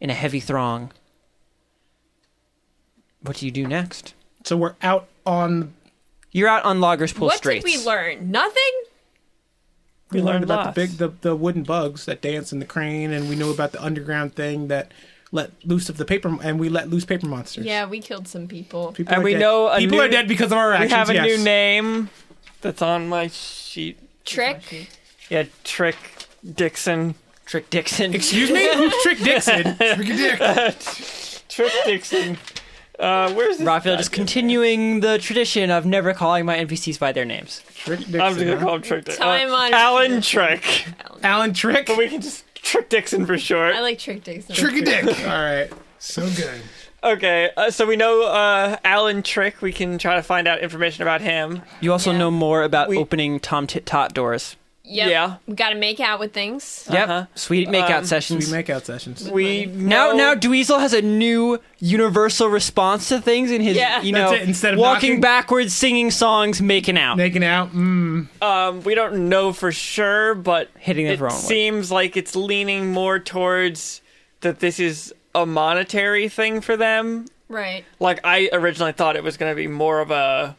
in a heavy throng. What do you do next? so we're out on You're out on Logger's Pool What Straits. did we learn? Nothing. we learned about lots. the big the, the wooden bugs that dance in the crane and we knew about the underground thing that let loose of the paper and we let loose paper monsters. Yeah, we killed some people. People And are we dead. know a people new- are dead because of our We actions. have a yes. new name that's on my sheet. Trick. Yeah, Trick Dixon. Trick Dixon. Excuse me? Who's <laughs> Trick Dixon? Trick Dixon. Uh, where's this? Raphael just continuing the tradition of never calling my NPCs by their names. Trick Dixon. I'm just gonna huh? call him Trick Dixon. Time Uh, on- Alan Trick. Alan Trick. But we can just Trick Dixon for short. I like trick Dixon. Trick a dick. All right. so good. Okay, uh, so we know uh, Alan Trick. We can try to find out information about him. You also Yeah. know more about We- opening Tom Tit Tot doors. Yep. Yeah. We gotta make out with things. Uh-huh. Yep. Sweet makeout Um, sessions. We make out sessions. We now, now know, Dweezil has a new universal response to things in his, Yeah. you That's know, it, instead of walking knocking- backwards, singing songs, making out. Making out. Mm. um, we don't know for sure, but Hitting the it wrong way. seems like it's leaning more towards that this is a monetary thing for them. Right. Like I originally thought it was going to be more of a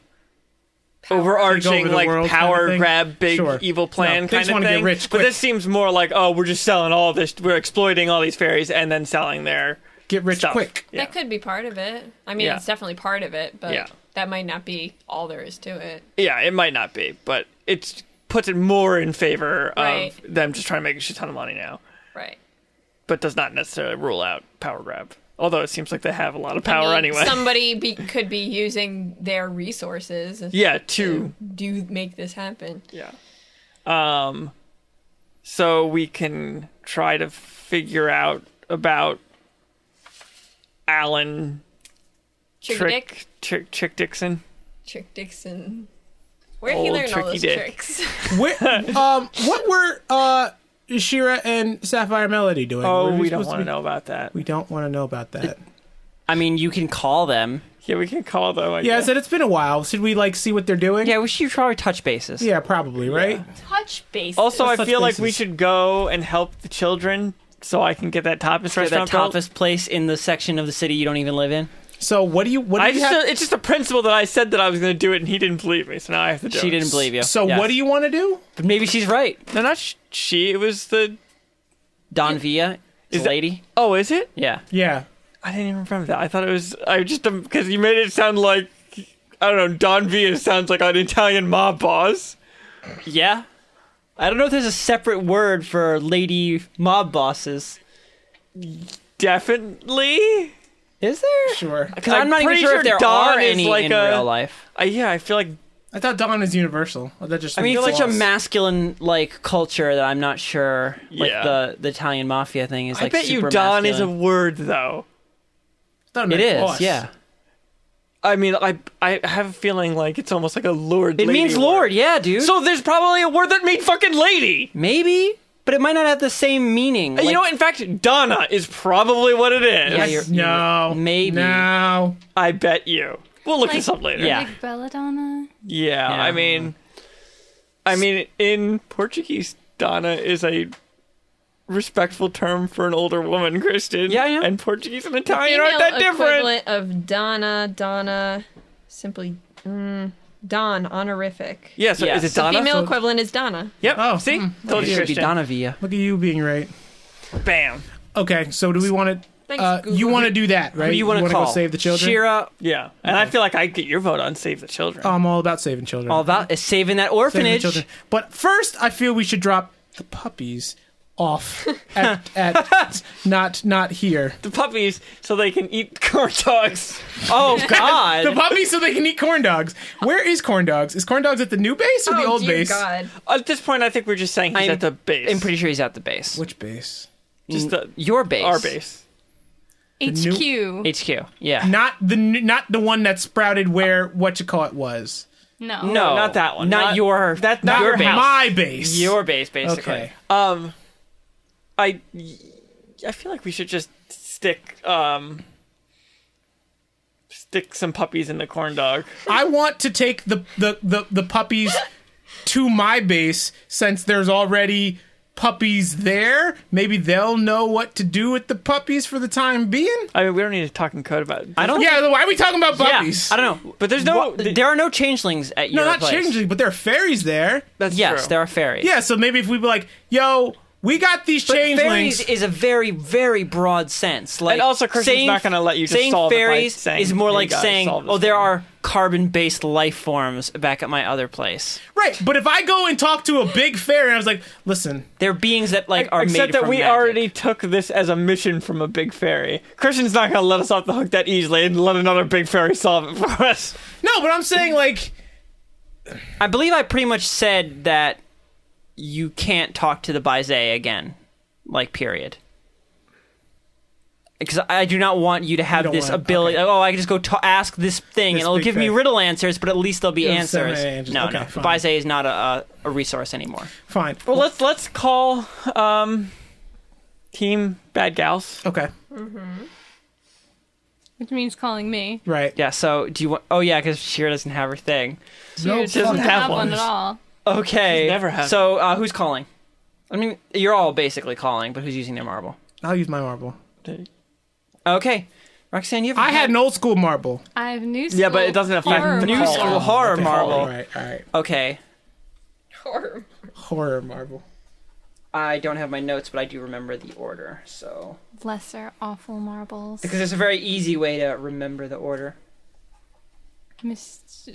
overarching Take over the like world kind power of thing? grab, big Sure. evil plan No, they kind just of wanna get thing. rich but quick. this seems more like oh, we're just selling all this, we're exploiting all these fairies, and then selling their Get rich stuff. quick. Yeah. That could be part of it. I mean, Yeah. it's definitely part of it, but Yeah. that might not be all there is to it. Yeah, it might not be, but it puts it more in favor of Right. them just trying to make a shit ton of money now, Right. but does not necessarily rule out power grab. Although it seems like they have a lot of power I mean, anyway. Somebody be, could be using their resources <laughs> yeah, two. do make this happen. Yeah. Um, so we can try to figure out about Alan Trick, Dick, Trick Trick Trick Dixon. Trick Dixon. Where he Old learned all Tricky those Dick. tricks? <laughs> Where, um, what were uh, Shira and Sapphire Melody doing? Were Oh, we don't supposed want to be- know about that. We don't want to know about that. I mean, you can call them. Yeah, we can call though. I Yeah, I guess. said it's been a while. Should we like see what they're doing? Yeah, we should probably touch bases. Yeah, probably, right? Touch base. Also, I touch feel like we bases. should go and help the children so I can get that tapas They're the restaurant built. toughest place in the section of the city you don't even live in. So what do you what do I you just, have? it's just a principle that I said that I was going to do it, and he didn't believe me, so now I have to do it. She didn't believe you. so Yes. what do you want to do? But maybe she's right. No, not sh- she. It was the. Don Villa is Is a that- lady. Oh, is it? Yeah. Yeah. I didn't even remember that. I thought it was. I just because you made it sound like I don't know. Don Villa sounds like an Italian mob boss. Yeah. I don't know if there's a separate word for lady mob bosses. Definitely. Is there? Sure. Because I'm I'm not even pretty sure, sure if there Dawn are is any like in a- real life. Uh, yeah, I feel like I thought Dawn is universal. Oh, That just I mean, it's means such a laws. masculine like culture that I'm not sure. Like Yeah. the the Italian mafia thing is I like. bet you super Don is a masculine. word though. Thought It meant is. boss. Yeah. I mean, I I have a feeling like it's almost like a lord. It lady means word. lord. Yeah, dude. So there's probably a word that means fucking lady. maybe, but it might not have the same meaning. you Like, know, what? in fact, Donna is probably what it is. Yeah, you're- No. Maybe. No. I bet you. We'll look Like- this up later. Yeah. Like belladonna. Yeah. Yeah, I mean, I mean, in Portuguese, Donna is a respectful term for an older woman, Kristen. Yeah, yeah. And Portuguese and Italian Female aren't that different. equivalent of Donna, Donna, simply mm, Don, honorific. Yeah, so Yeah. is it So Donna? Female equivalent is Donna. Yep. Oh, see, hmm. told it you, should be Kristen. Donna Villa. Look at you being right. Bam. Okay, so do we want to? Thanks, Uh, you Google. want to do that, right? Who do you want wanna to call? go save the children? Shira. Yeah, and I feel like I get your vote on Save the Children. Oh, I'm all about saving children. All about is saving that saving orphanage. children. But first, I feel we should drop the puppies <laughs> off at, at not not here. the puppies, so they can eat <laughs> corn dogs. <laughs> Oh God. The puppies so they can eat corn dogs. Where is corn dogs? Is corn dogs at the new base or the oh, old dear base? God. At this point, I think we're just saying he's I'm- at the base. I'm pretty sure he's at the base. Which base? just the Your base. our base. new- HQ. HQ. Yeah. Not the n- not the one that sprouted where what you call it was. no. No, not that one. Not, Not- your. that- That not not your base. my base. Your base, basically. okay. Um, I I feel like we should just stick um stick some puppies in the corn dog. I want to take the the the, the puppies to my base since there's already puppies there. Maybe they'll know what to do with the puppies for the time being. I mean, we don't need to talk in code about. It. I don't. Yeah, why are we talking about Yeah, puppies? I don't know. But there's no- Wha- there are no changelings at no, your not place. changing, but there are fairies there. That's Yes, true. there are fairies. Yeah, so maybe if we be like, yo, we got these But changelings. fairies is a very, very broad sense. Like, And also, Christian's saying, not gonna let you just saying solve it by fairies saying, is more "Hey, like guys, saying, solve this "Oh, there one." are carbon-based life forms back at my other place. right, but if I go and talk to a big fairy, I was like, listen, They're beings that like are Except made that from we magic. already took this as a mission from a big fairy. Christian's not going to let us off the hook that easily and let another big fairy solve it for us. no, but I'm saying like, I believe I pretty much said that you can't talk to the Baize again. Like, period. Because I do not want you to have don't this want- ability. Oh, I can just go ta ask this thing, This and it'll big give me thing. riddle answers, but at least there'll be It'll send answers. me answers. No, Okay, no, fine. Baize is not a, a a resource anymore. fine. Well, let's let's call um team bad gals. okay, Which means calling me. right. Yeah. So do you want? Oh yeah, because Shira doesn't have her thing. No, Dude, doesn't fucking have have one one. at all. Okay. She's never had- So uh, who's calling? I mean, you're all basically calling, but who's using their marble? I'll use my marble. Okay, Roxanne, you. I had an old school marble. I have new school. Yeah, but it doesn't affect horror the new marble. school horror All marble. right, all right. Okay. Horror. Horror marble. I don't have my notes, but I do remember the order. So Lesser awful marbles. because it's a very easy way to remember the order. Mis- uh,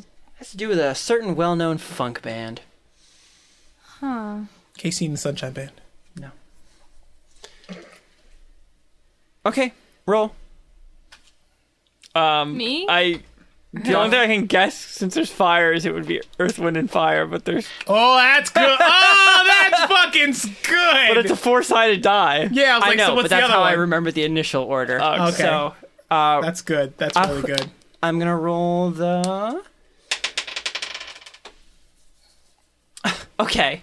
It has to do with a certain well-known funk band. huh. Casey and the Sunshine Band. Okay, roll. Um, Me? I. The only thing I can guess, since there's fires, it would be Earth, Wind, and Fire. But there's, Oh, that's <laughs> good. Oh, that's fucking s- good. but it's a four-sided die. yeah, I was I like, know, so what's but that's the other how one? I remember the initial order. Oh, okay. So <laughs> that's good. That's really good. I'm gonna roll the. <laughs> okay.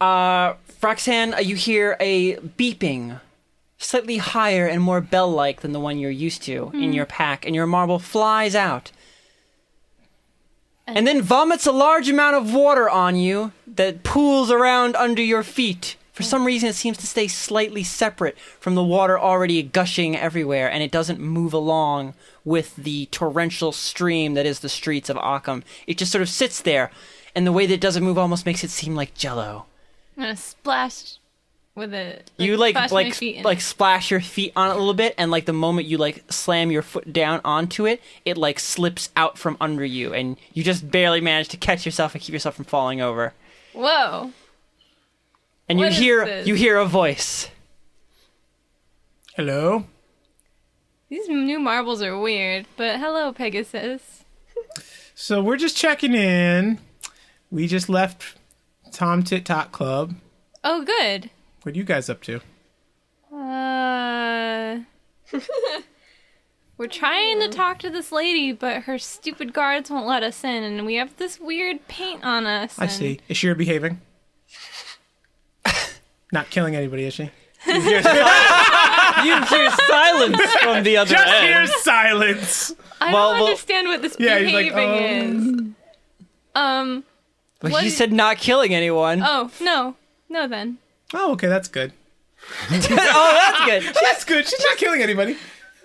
Uh, Roxanne, uh, you hear a beeping, slightly higher and more bell-like than the one you're used to in your pack, and your marble flies out, and then vomits a large amount of water on you that pools around under your feet, For some reason, it seems to stay slightly separate from the water already gushing everywhere, and it doesn't move along with the torrential stream that is the streets of Occam. It just sort of sits there, and the way that it doesn't move almost makes it seem like jello. I'm gonna splash with it. you like splash my like feet in like it. splash your feet on it a little bit, and like the moment you like slam your foot down onto it, it like slips out from under you, and you just barely manage to catch yourself and keep yourself from falling over. whoa. And you What is hear this? you hear a voice. Hello? These new marbles are weird, but hello, Pegasus. So we're just checking in. We just left Tom Tit Tot Club. Oh, good. What are you guys up to? Uh, we're trying to talk to this lady, but her stupid guards won't let us in, and we have this weird paint on us. I and- see. Is she behaving? Not killing anybody, is she? You hear silence from the other Just end. hear silence. I Well, don't well- understand what this Yeah, he's like, behaving is. Um. But What you is- said not killing anyone. Oh, Oh no. No then. Oh, okay, that's good. that's good. That's good. She's not killing anybody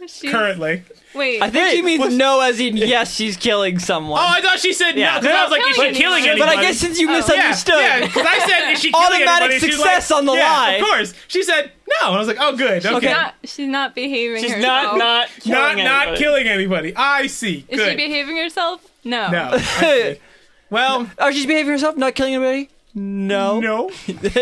She's- currently. Wait. I think she means no, as in yes, she's killing someone. Oh, I thought she said Yeah. no because I was like, is she Killing killing anybody. anybody? Oh, but I guess since you misunderstood, Yeah, because I said, <laughs> is she killing Automatic anybody? She's success like, on the yeah, lie. Of course. She said no, and I was like, oh, good. Okay. Okay. Not, she's not behaving She's <laughs> not herself. <laughs> not killing Not not anybody. killing anybody. I see. Is she good. behaving herself? No. no. I see. Well, <laughs> oh, she's behaving herself, not killing anybody. <laughs> No, no.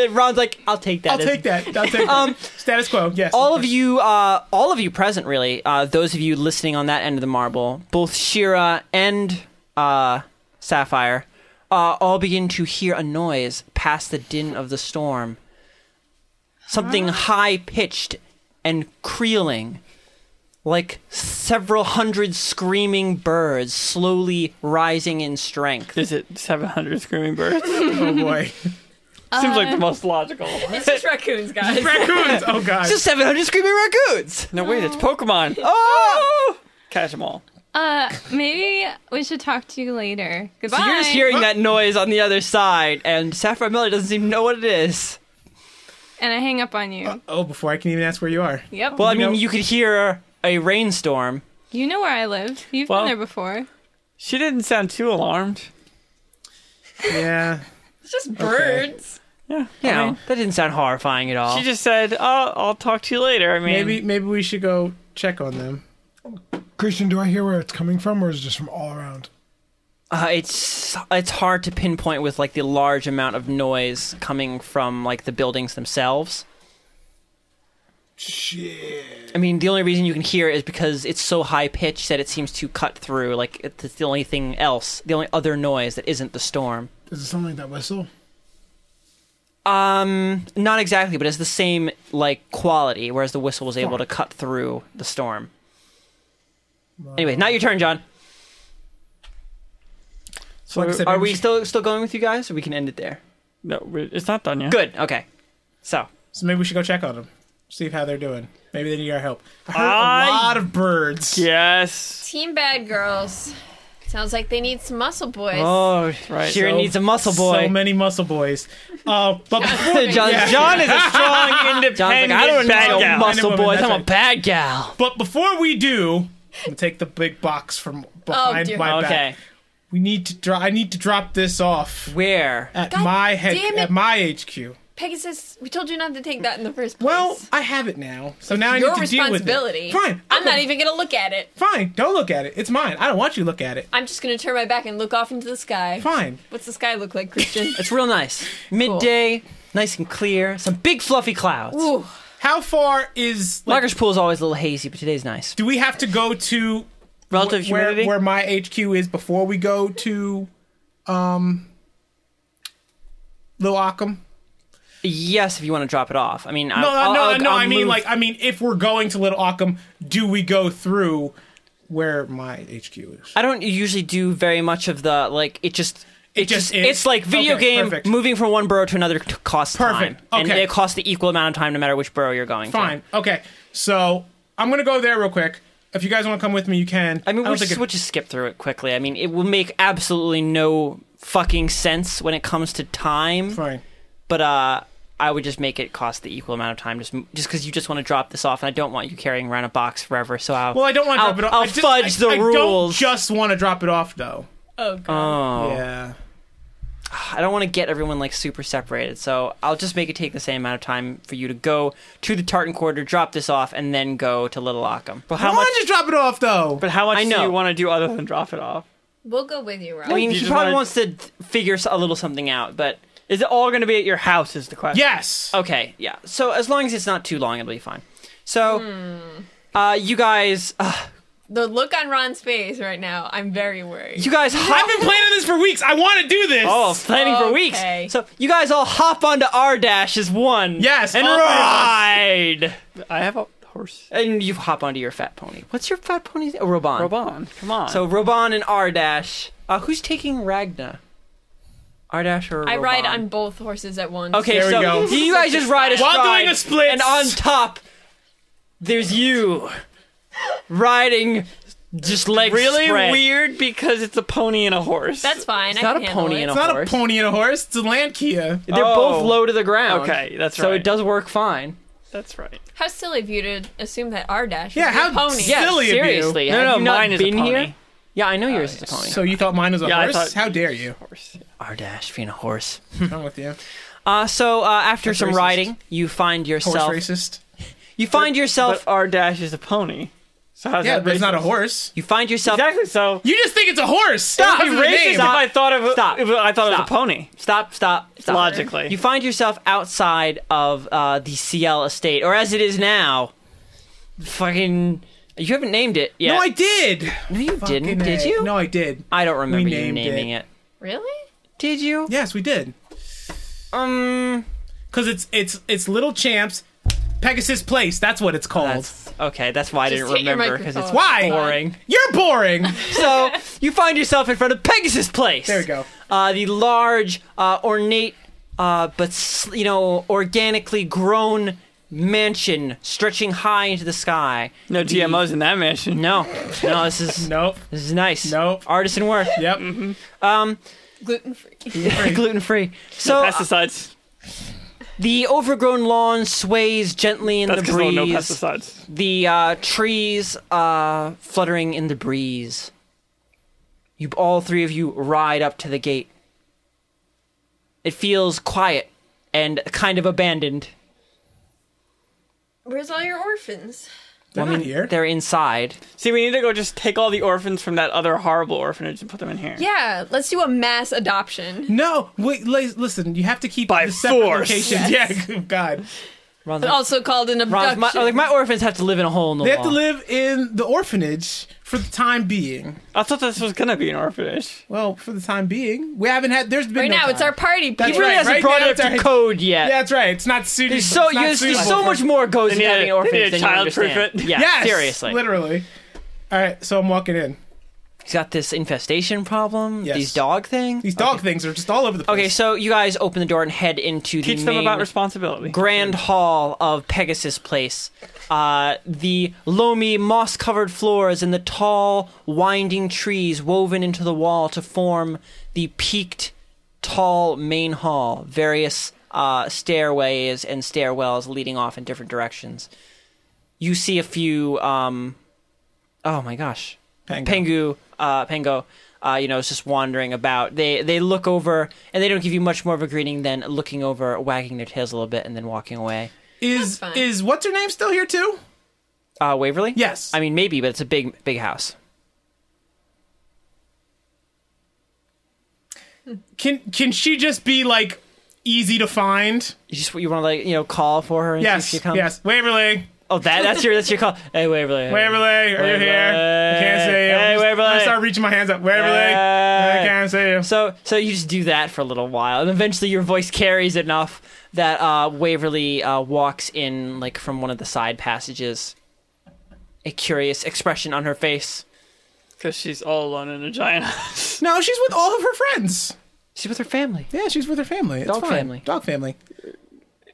Ron's like, I'll take that. I'll as- take that. I'll <laughs> take that. Status quo. Yes. Um, All of you, uh, all of you present, really. Uh, those of you listening on that end of the marble, both Shira and uh, Sapphire, uh, all begin to hear a noise past the din of the storm. Something high pitched and creeling, like several hundred screaming birds slowly rising in strength. Is it 700 screaming <laughs> birds? Oh boy. Uh. Seems like the most logical. It's just raccoons, guys. Raccoons. Oh god. Just 700 screaming raccoons! No, wait, it's Pokemon. Oh! Catch them all. Uh, maybe we should talk to you later. Goodbye. So you're just hearing that noise on the other side, and Sapphire Miller doesn't even know what it is. And I hang up on you. Oh, before I can even ask where you are. yep. Well, I mean, know- you could hear a rainstorm. you know where I live. You've Well- been there before. She didn't sound too alarmed. <laughs> Yeah. It's just birds. Yeah. You I know, mean, that didn't sound horrifying at all. she just said, oh, I'll talk to you later. I mean, Maybe maybe we should go check on them. Christian, do I hear where it's coming from, or is it just from all around? uh, it's it's hard to pinpoint with like the large amount of noise coming from like the buildings themselves. Shit. I mean, the only reason you can hear it is because it's so high pitched that it seems to cut through. Like it's the only thing else, the only other noise that isn't the storm. Is it something like that whistle? Um, not exactly, but it's the same like quality. Whereas the whistle was able to cut through the storm. Anyway, now your turn, John. So like I said, Are maybe we should- still still going with you guys, or we can end it there? No, we- it's not done yet. Good. Okay. So so maybe we should go check on them. See how they're doing. Maybe they need our help. I heard I- a lot of birds. Yes. <laughs> Team bad girls. Sounds like they need some muscle boys. oh, Right. Sheeran So- needs a muscle boy. So many muscle boys. Uh, but <laughs> before, John, Yeah. John is a <laughs> strong. independent John's like, I don't bad need no gal. muscle Independent woman, boys. that's I'm a right. bad gal. but before we do, I'm gonna take the big box from behind Oh, dear. my Okay. back. We need to dro- I need to drop this off Where? at God my head damn it. at my HQ. Pegasus, we told you not to take that in the first place. Well, I have it now, so now I your need to deal with responsibility. it. Fine, I'm not okay, even gonna look at it. Fine, don't look at it. It's mine. I don't want you to look at it. I'm just gonna turn my back and look off into the sky. Fine. What's the sky look <laughs> like, Christian? It's real nice. Midday, nice and clear. Some big fluffy clouds. Ooh, How far is? Like, Locker's pool's always a little hazy, but today's nice. do we have to go to Relative where, humidity. where my HQ is before we go to um Lil Occam? yes, if you want to drop it off. I mean, No, I'll, I'll, no, I'll, no. I'll I mean, move- like, I mean, if we're going to Little Occam, do we go through where my HQ is? I don't usually do very much of the like. It just it, just just, is? it's like video Okay, game perfect. moving from one borough to another t- costs time, Perfect, and okay. it costs the equal amount of time no matter which borough you're going. to. Fine. Okay. So I'm gonna go there real quick. If you guys want to come with me, you can. I mean, I we'll don't just, think it- we'll just skip through it quickly. I mean, it will make absolutely no fucking sense when it comes to time. fine. But uh, I would just make it cost the equal amount of time, just just because you just want to drop this off, and I don't want you carrying around a box forever. So I'll Well, I don't want to I'll- drop it off. I'll I just- fudge the I, I don't rules. just want to drop it off though. Oh god. oh, Yeah. I don't want to get everyone like super separated. So I'll just make it take the same amount of time for you to go to the Tartan Quarter, drop this off, and then go to Little Ockham. How I much- want to drop it off though. But how much I know. do you want to do other than drop it off? We'll go with you, Rob. I mean, You he just probably wanna- wants to th- figure s- a little something out, but Is it all going to be at your house? Is the question? yes. okay, yeah. So as long as it's not too long, it'll be fine. So, Hmm. uh, you guys, uh, the look on Ron's face right now, I'm very worried. you <laughs> guys, hop- I've been planning this for weeks. I want to do this. Oh, planning for Okay. weeks. So you guys all hop onto R dash as one. Yes, and all three of us. ride. I have a horse. And you hop onto your fat pony. What's your fat pony's name? Oh, Roban. Robon, come on. So Roban and R dash. Uh, who's taking Ragna? R dash or I Roban? ride on both horses at once. Okay, There we so go. <laughs> you guys just ride astride. While doing the splits. And on top, there's you riding, just legs really spread. weird because it's a pony and a horse. That's fine. It's I not can a handle pony it. and It's not horse. a pony and a horse. It's a Lankia. They're Oh. both low to the ground. Okay, that's So right. it does work fine. That's right. How silly of you to assume that our dash Yeah, is a how pony. Yeah. Silly of you. seriously. No, Have no, you not mine is a been pony. here? Yeah, I know yours is a pony. So you thought mine was a Yeah, I horse? thought- How dare you? Horse. R dash being a horse. I'm with you. Uh, so uh, after some racist. riding, you find Horse yourself. racist. You find yourself. But R dash is a pony. So how's Yeah, that but it's not a racist? horse. you find yourself. Exactly. So You just think it's a horse. Stop. It'd be racist if I thought of Stop. If I thought Stop. it was a pony. Stop! Stop! Stop! Logically. you find yourself outside of uh, the CL estate, or as it is now, fucking. You haven't named it yet. No, I did. No, you Fucking didn't. Did A. you? No, I did. I don't remember We you named naming it. it. Really? Did you? Yes, we did. Um. Cause it's it's it's little champs, Pegasus Place. That's what it's called. That's okay. That's why I Just didn't hit your remember because it's microphone. Why? boring. You're <laughs> boring. so you find yourself in front of Pegasus Place. There we go. Uh, the large, uh, ornate, uh, but s- you know, organically grown mansion stretching high into the sky. No GMOs in that mansion. No, no, this <laughs> is nope. this is nice. Nope. artisan work, Yep. Mm-hmm. Gluten <laughs> free. gluten free. So uh, Pesticides. the overgrown lawn sways gently in That's the because breeze. no pesticides. the uh, trees uh, fluttering in the breeze. You all three of you ride up to the gate. It feels quiet and kind of abandoned. Where's all your orphans? They're not here. They're inside. See, we need to go just take all the orphans from that other horrible orphanage and put them in here. Yeah, let's do a mass adoption. No, wait. la- Listen, you have to keep By the separate force. locations. <laughs> Yeah, good God, Ron's like, Also called an Ron's, abduction. my, like my orphans have to live in a hole in the they have wall. to live in the orphanage for the time being. I thought this was gonna be an orphanage. Well, for the time being, we haven't had. There's been right no now, it's time. our party. That's people. he really right, hasn't right brought now it it's up to our- code yet. Yeah, that's right. It's not suited. there's so it's not there's, there's suitable so for- much more goes into They need a- having they orphans need a than you child-proof understand. it. Yeah, Yes, seriously. literally. All right, so I'm walking in. He's got this infestation problem. Yes. These dog things. These dog things are just all over the place. Okay, so you guys open the door and head into Teach the them main about responsibility. grand hall of Pegasus Place. Uh, the loamy, moss covered floors and the tall, winding trees woven into the wall to form the peaked, tall main hall. Various uh, stairways and stairwells leading off in different directions. You see a few. Um, oh my gosh. Pango. Pengu, uh, Pengo, uh, you know, is just wandering about. They they look over and they don't give you much more of a greeting than looking over, wagging their tails a little bit, and then walking away. is fine. is what's her name still here too? Uh, Waverly? Yes. I mean, maybe, but it's a big big house. Can can she just be like easy to find? You just you want to like you know call for her and Yes, see if she comes. yes. Waverly, Oh, that that's your that's your call. Hey, Waverly. Waverly, are you Waverly. here? I can't see you. Hey, I'm Waverly. I start reaching my hands up. Waverly, Yeah. I can't see you. So so you just do that for a little while, and eventually your voice carries enough that uh, Waverly uh, walks in like from one of the side passages. A curious expression on her face. Because she's all alone in a giant house. No, she's with all of her friends. She's with her family. Yeah, she's with her family. It's Dog fine. family. Dog family. <laughs>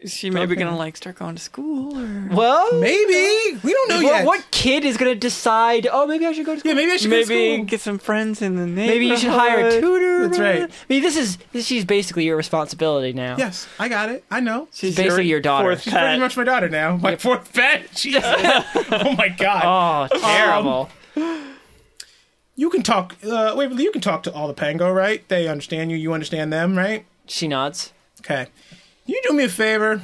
Is she maybe gonna like start going to school or Well, Maybe we don't know what, yet. what kid is going to decide? Oh, maybe I should go to school. Yeah, maybe I should go to maybe school. get some friends in the neighborhood? Maybe you should hire a tutor. That's right. I mean, this is this, she's basically your responsibility now. Yes, I got it. I know. She's She's basically your daughter. Fourth She's pretty pet. much my daughter now. My fourth pet. <laughs> Jesus. oh my god. Oh, terrible. You can talk. Uh, Waverly, you can talk to all the pango, right? They understand you. You understand them, right? she nods. Okay. You do me a favor.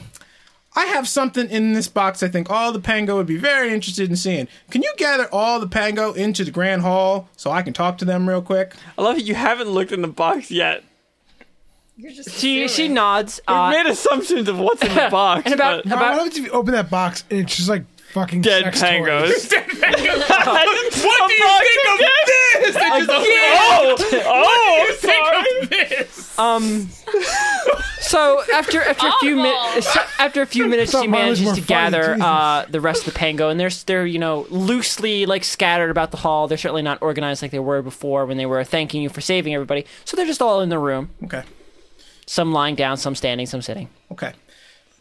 I have something in this box I think all the Pango would be very interested in seeing. Can you gather all the Pango into the Grand Hall so I can talk to them real quick? I love it. You haven't looked in the box yet. You're just She she assuming. nods. We've Uh, made assumptions of <laughs> what's in the box. and about Now, about what happens if you open that box and it's just like fucking dead sex pangos. <laughs> Toys? dead pangos. <laughs> what do you think of this? <laughs> Oh, oh, I'm sorry. Um. So after after a few minutes after a few minutes, thought she mine was manages more to funny, gather Jesus. uh, the rest of the pango, and they're they're you know loosely like scattered about the hall. They're certainly not organized like they were before when they were thanking you for saving everybody. So they're just all in the room. Okay. Some lying down, some standing, some sitting. Okay.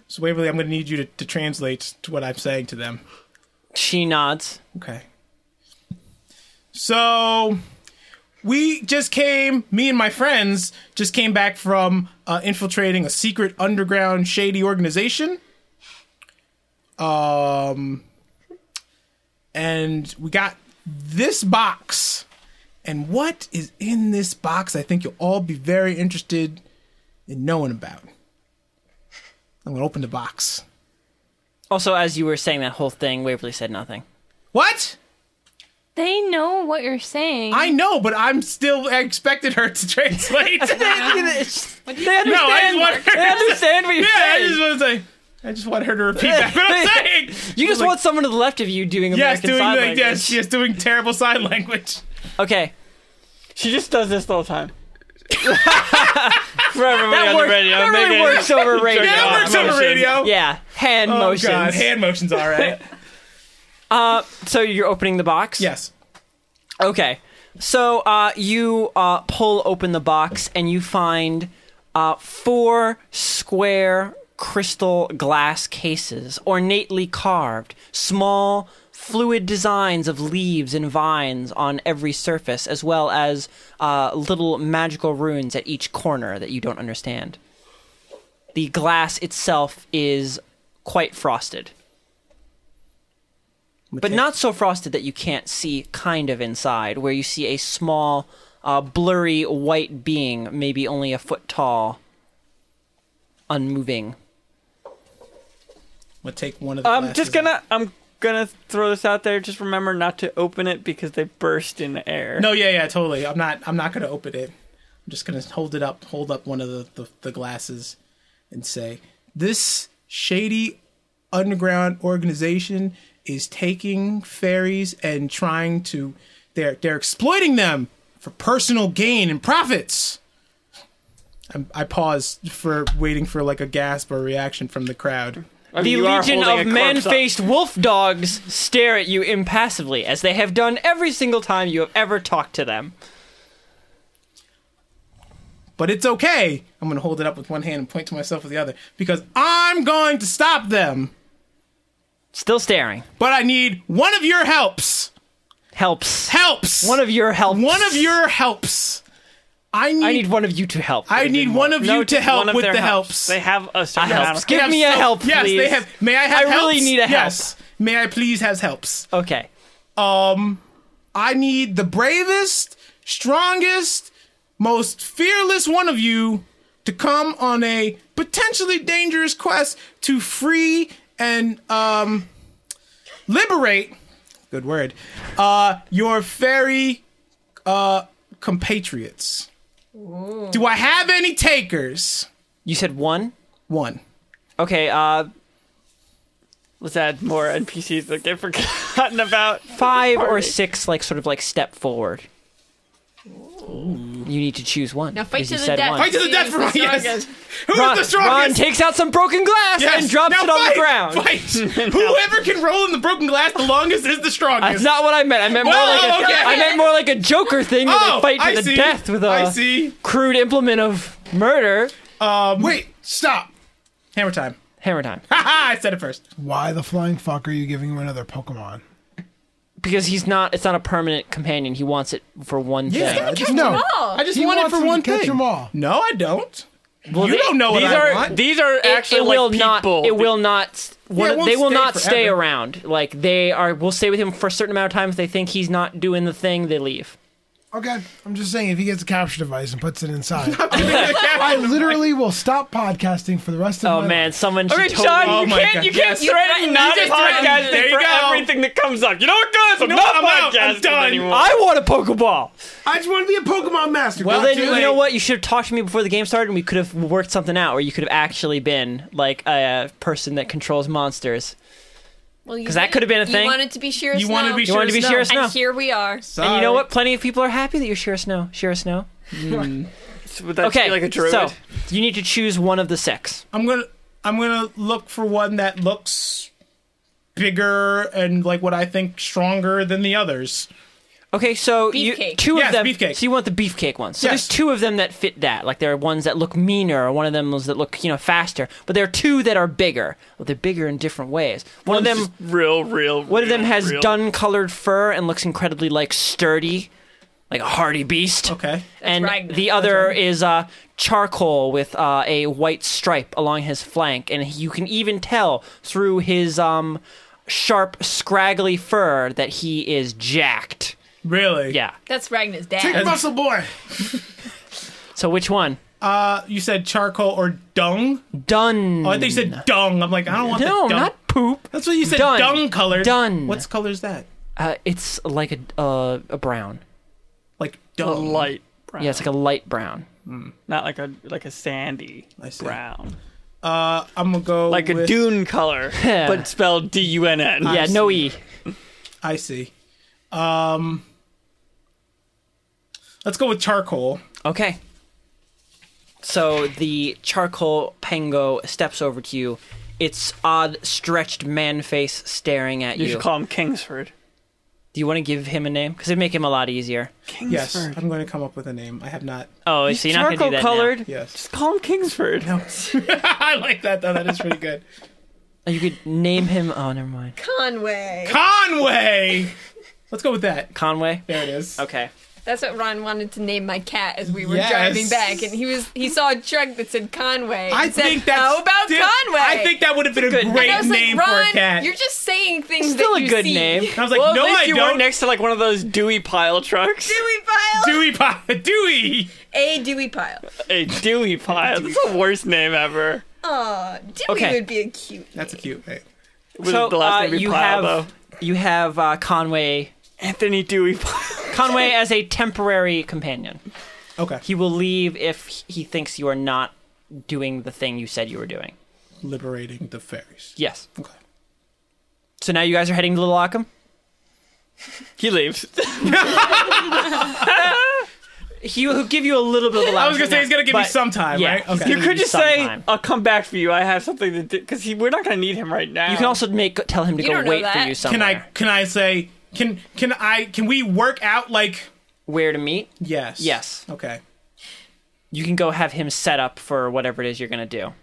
So, Waverly, I'm going to need you to, to translate to what I'm saying to them. She nods. Okay. So we just came, me and my friends just came back from uh, infiltrating a secret underground shady organization. Um, and we got this box. And what is in this box? I think you'll all be very interested in knowing about. I'm gonna open the box. Also, as you were saying that whole thing, Waverly said nothing. What? They know what you're saying. I know, but I'm still. I expected her <laughs> to <laughs> translate. they understand. No, I just want her they to- understand what you're <laughs> Yeah, I saying. just want to say. I just want her to repeat that. But <laughs> I'm saying you just like- want someone to the left of you doing yes, American doing Sign like Language. yes, yes, doing terrible sign <laughs> language. Okay. She just does this the whole time. <laughs> For everybody That on the works. radio. That I'm really making- works <laughs> over radio. Yeah, God, it works on the motion. radio. Yeah, hand Oh motions. god, hand motions. <laughs> All right. Uh, so you're opening the box. yes. Okay. So uh, you uh, pull open the box and you find uh, four square crystal glass cases, ornately carved, small fluid designs of leaves and vines on every surface, as well as uh, little magical runes at each corner that you don't understand. The glass itself is quite frosted. But not so frosted that you can't see kind of inside, where you see a small, uh, blurry white being, maybe only a foot tall, unmoving. I'm gonna take one of. The I'm glasses just out. gonna I'm gonna throw this out there. Just remember not to open it because they burst in air. No, yeah, yeah, totally. I'm not. I'm not gonna open it. I'm just gonna hold it up. Hold up one of the the, the glasses, and say, "This shady underground organization is taking fairies and trying to. They're they're exploiting them for personal gain and profits." I'm, I paused for waiting for like a gasp or reaction from the crowd. I mean, The you are legion of holding a corpse up. man-faced wolf dogs stare at you impassively, as they have done every single time you have ever talked to them. but it's okay. I'm going to hold it up with one hand and point to myself with the other because I'm going to stop them. Still staring. But I need one of your helps. Helps. Helps. One of your helps. one of your helps. I need. I need one of you to help. one of you No, to just help one of with their the helps. helps. They have a certain I amount helps. of- Give have me a so- help, Yes, please. they have. May I have? I really helps? need a help. Yes. May I please have helps? Okay. Um, I need the bravest, strongest, most fearless one of you to come on a potentially dangerous quest to free and um liberate good word uh your fairy uh compatriots. Do I have any takers? You said one. One. Okay. Uh, Let's add more NPCs that get forgotten about. five or six like sort of like step forward. You need to choose one. Now fight because to you the said death. one. Fight to the Who's death for the my yes. strongest? Who's Ron, the Ron strongest? takes out some broken glass Yes. and drops Now it on fight! the ground. <laughs> Fight. Whoever can roll in the broken glass the longest is the strongest. That's not what I meant. I meant more Oh, like a, okay. I meant more like a Joker thing where oh, they fight to I the see. death with I a see. crude implement of murder. Um, Wait, stop. hammer time. Hammer time. Haha, I said it first. Why the flying fuck are you giving him another Pokemon? Because he's not. It's not a permanent companion. He wants it for one thing. Yeah. no. I just He want it wants for him to one catch thing. them all. No, I don't. Well, you they- don't know what These I are want. these are actually it will like not. people. It will not. one- it won't they will stay not stay forever. around. Like they are. Will stay with him for a certain amount of time. If they think he's not doing the thing, they leave. Okay, I'm just saying if he gets a capture device and puts <laughs> it inside, <laughs> I <laughs> I literally will stop podcasting for the rest of Oh my man, life. someone should Alright, totally. Sean, Oh you my can't, God, you can't yes. threaten not just threatened- there podcasting you for go. everything that comes up. You know what, guys? I'm know not what? I'm out. I'm podcasting done. anymore. I want a Pokeball. I just want to be a Pokemon master. Well, God Then Too you late. know what? You should have talked to me before the game started, and we could have worked something out, where you could have actually been like a person that controls monsters. Well, 'Cause that could've been a thing. You wanted to be sure. You want to be You sure wanted to be Shira serious? Snow, And here we are. and you know what? Plenty of people are happy that you're Shira Snow. Shira Snow. Would that Okay, be like a druid? so you need to choose one of the six. I'm gonna I'm gonna look for one that looks bigger and like what I think stronger than the others. Okay, so you, Beefcake. two Yes, of them. beefcake. So you want the beefcake ones. So Yes. there's two of them that fit that. Like there are ones that look meaner, or one of them is that look you know faster. But there are two that are bigger. Well, they're bigger in different ways. One of them, Just real, real. one of real, them has real. dun-colored fur and looks incredibly like sturdy, like a hardy beast. Okay. And Ragnar. the other is uh, charcoal with uh, a white stripe along his flank, and you can even tell through his um, sharp, scraggly fur that he is jacked. Really? Yeah. That's Ragnar's Big dad. muscle boy. So which one? Uh, you said charcoal or dung? Done. Oh, I think you said dung. I'm like, I don't want Hmm. no, the dung. not poop. That's what you said. Dun. Dung colored. Dun. What's color is that? Uh, it's like a uh, a brown. Like A dung. light brown. Yeah, it's like a light brown. not like a like a sandy I see. brown, Uh, I'm gonna go like a with- <laughs> dune color, but spelled D U N N. Yeah, no e. I see. Um, let's go with charcoal. Okay. So the charcoal pango steps over to you. Its odd, stretched man face staring at You you. should call him Kingsford. Do you want to give him a name? Because it'd make him a lot easier. Kingsford. Yes, I'm going to come up with a name. I have not. Oh, He's so you're not gonna do that now. charcoal-colored. Yes, Just call him Kingsford. <laughs> I like that though. That is pretty good. Oh, You could name him. Oh, never mind. Conway. Conway. Let's go with that. Conway. There it is. Okay. That's what Ron wanted to name my cat as we were Yes. driving back, and he was he saw a truck that said Conway. I and said, think that's how about di- Conway. I think that would have been a good name. great And I was like, name Ron, for a cat. You're just saying things Still that a you good see. name. I was like, well, at no, least I you don't. weren't next to like one of those Dewey pile <laughs> trucks. Dewey pile. Dewey Pile. <laughs> Dewey. A Dewey pile. A Dewey pile. That's the worst name ever. Aw, Dewey Okay. would be a cute. That's a cute name. With So the last uh, name be you, have, pile though. you have uh, Conway. Anthony Dewey Pyle. Conway as a temporary companion. Okay. He will leave if he thinks you are not doing the thing you said you were doing. Liberating the fairies. Yes. Okay. So now you guys are heading to Little Ockham. <laughs> He leaves. He will give you a little bit of. <laughs> I was gonna say he's gonna give me some time, yeah, right? he's Okay. You gonna- could you just say, sometime. "I'll come back for you. I have something to do." Because we're not gonna need him right now. You can also make tell him to You go don't know wait for that. you somewhere. Can I? Can I say? Can Can I? Can we work out like? Where to meet? Yes. Yes. Okay. You can go have him set up for whatever it is you're gonna do.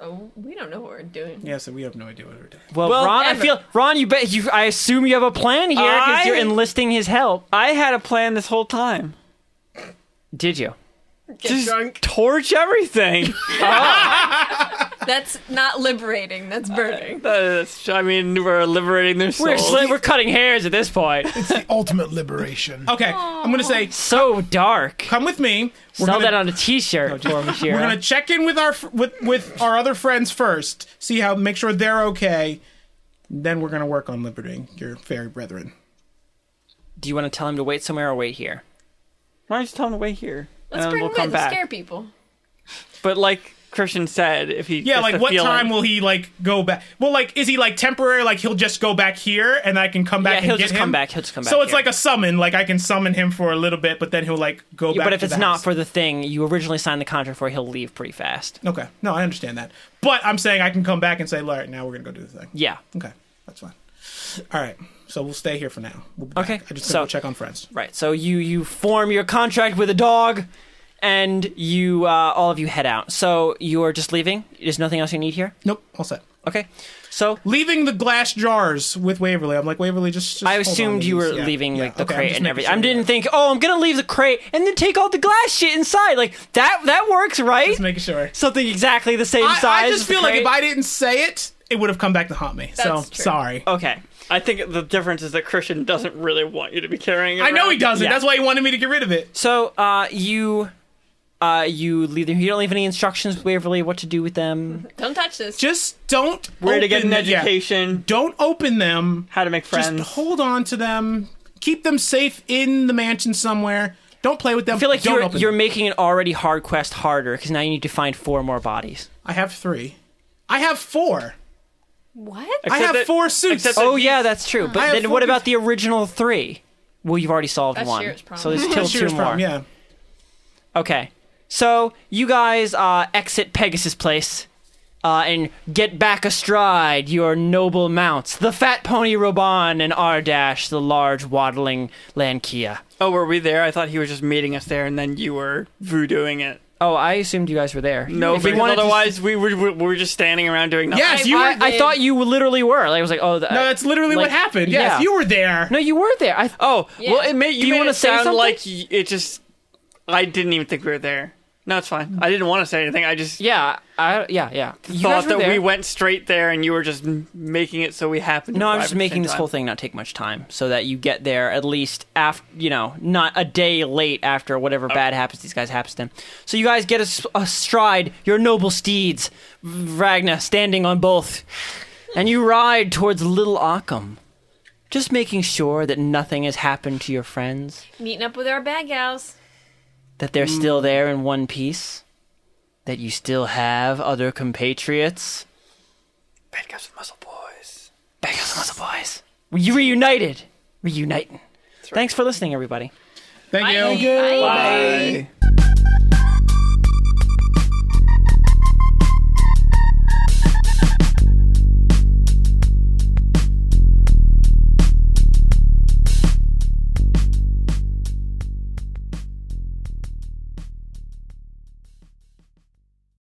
Oh, we don't know what we're doing. Yeah. So we have no idea what we're doing. Well, Well, Ron, I Emma- feel Ron. You bet you. I assume you have a plan here because you're I- enlisting his help. I had a plan this whole time. Did you? just torch everything. <laughs> That's not liberating. That's burning. That's- I mean, we're liberating their We're, souls. sli- we're cutting hairs at this point. It's The ultimate liberation. Okay. I'm gonna say, so dark. come with me. We're Sell gonna, that on a T-shirt for me, Shira. We're gonna check in with our f- with with our other friends first. See how. Make sure they're okay. Then we're gonna work on liberating your fairy brethren. Do you want to tell him to wait somewhere or wait here? Why don't you tell them to wait here? Let's and bring we'll him come with. Let's back. Scare people. But like Christian said, if he Yeah. gets Like, the what feeling- time will he like go back? Well, like, is he like temporary? Like, he'll just go back here, and I can come back. Yeah, and he'll get just come him? back. He'll just come back. So it's here. like a summon. Like I can summon him for a little bit, but then he'll like go Yeah, back. but if to it's the not house. for the thing you originally signed the contract for, he'll leave pretty fast. okay, no, I understand that. But I'm saying I can come back and say, all right, now we're gonna go do the thing. Yeah. Okay, that's fine. All right, so we'll stay here for now. We'll be Okay, back. I just so- gotta go check on friends. Right. So you you form your contract with a dog and you uh, all of you head out. So you are just leaving. There's nothing else you need here. Nope, all set. Okay. So Leaving the glass jars with Waverly. I'm like Waverly, just. just I hold on assumed to you these. were Yeah, leaving yeah, like the okay, I'm crate just and making everything. sure, I yeah. didn't think, oh, I'm gonna leave the crate and then take all the glass shit inside. Like that. That works, right? Just making sure. Something exactly the same I, size. I just as the feel like if crate. I didn't say it, it would have come back to haunt me. so That's true. sorry. Okay. I think the difference is that Christian doesn't really want you to be carrying it. I know he around. doesn't. Yeah. That's why he wanted me to get rid of it. So uh, you. Uh, you leave them. You don't leave any instructions, Waverly, what to do with <laughs> them. Don't touch this. Just don't. Where to get open an the- yeah. education, Don't open them. how to make friends. Just hold on to them. Keep them safe in the mansion somewhere. Don't play with them. I feel like don't you're open you're them. making an already hard quest harder because now you need to find four more bodies. I have three. I have four. What? I Except have that- four suits. except that Oh he- yeah, that's true. But have then four what about the original three? Well, you've already solved That's one, Shearer's problem. so there's still Shearer's two more. problem, Yeah. Okay, so you guys uh, exit Pegasus Place uh, and get back astride your noble mounts, the fat pony Roban and Ardash, the large waddling Lankia. Oh, were we there? I thought he was just meeting us there, and then you were voodooing it. Oh, I assumed you guys were there. No, If you because wanted to- otherwise we, were, we were just standing around doing nothing. Yes, you I, were. I thought you literally were. Like, I was like, oh, the, no, that's literally what like, happened. Yes, yeah. you were there. No, you were there. I, Oh, well, it made you, Do you made wanna it say sound something? like y- it just. I didn't even think we were there. No, it's fine. I didn't want to say anything. I just yeah, I, yeah, yeah. You guys thought were that there. we went straight there, and you were just m- making it so we happened. No, to I'm arrive just at the making same this time. whole thing not take much time, so that you get there at least after, you know, not a day late after whatever bad happens. These guys happens to them. So you guys get as- astride your noble steeds, Ragna standing on both, and you ride towards Little Occam, just making sure that nothing has happened to your friends, Meeting up with our bad gals. that they're still there in one piece, that you still have other compatriots. Bad guys with muscle boys. Back on the muscle boys. We reunited. Reuniting. Thanks for listening, everybody. Thank you. Good. Bye.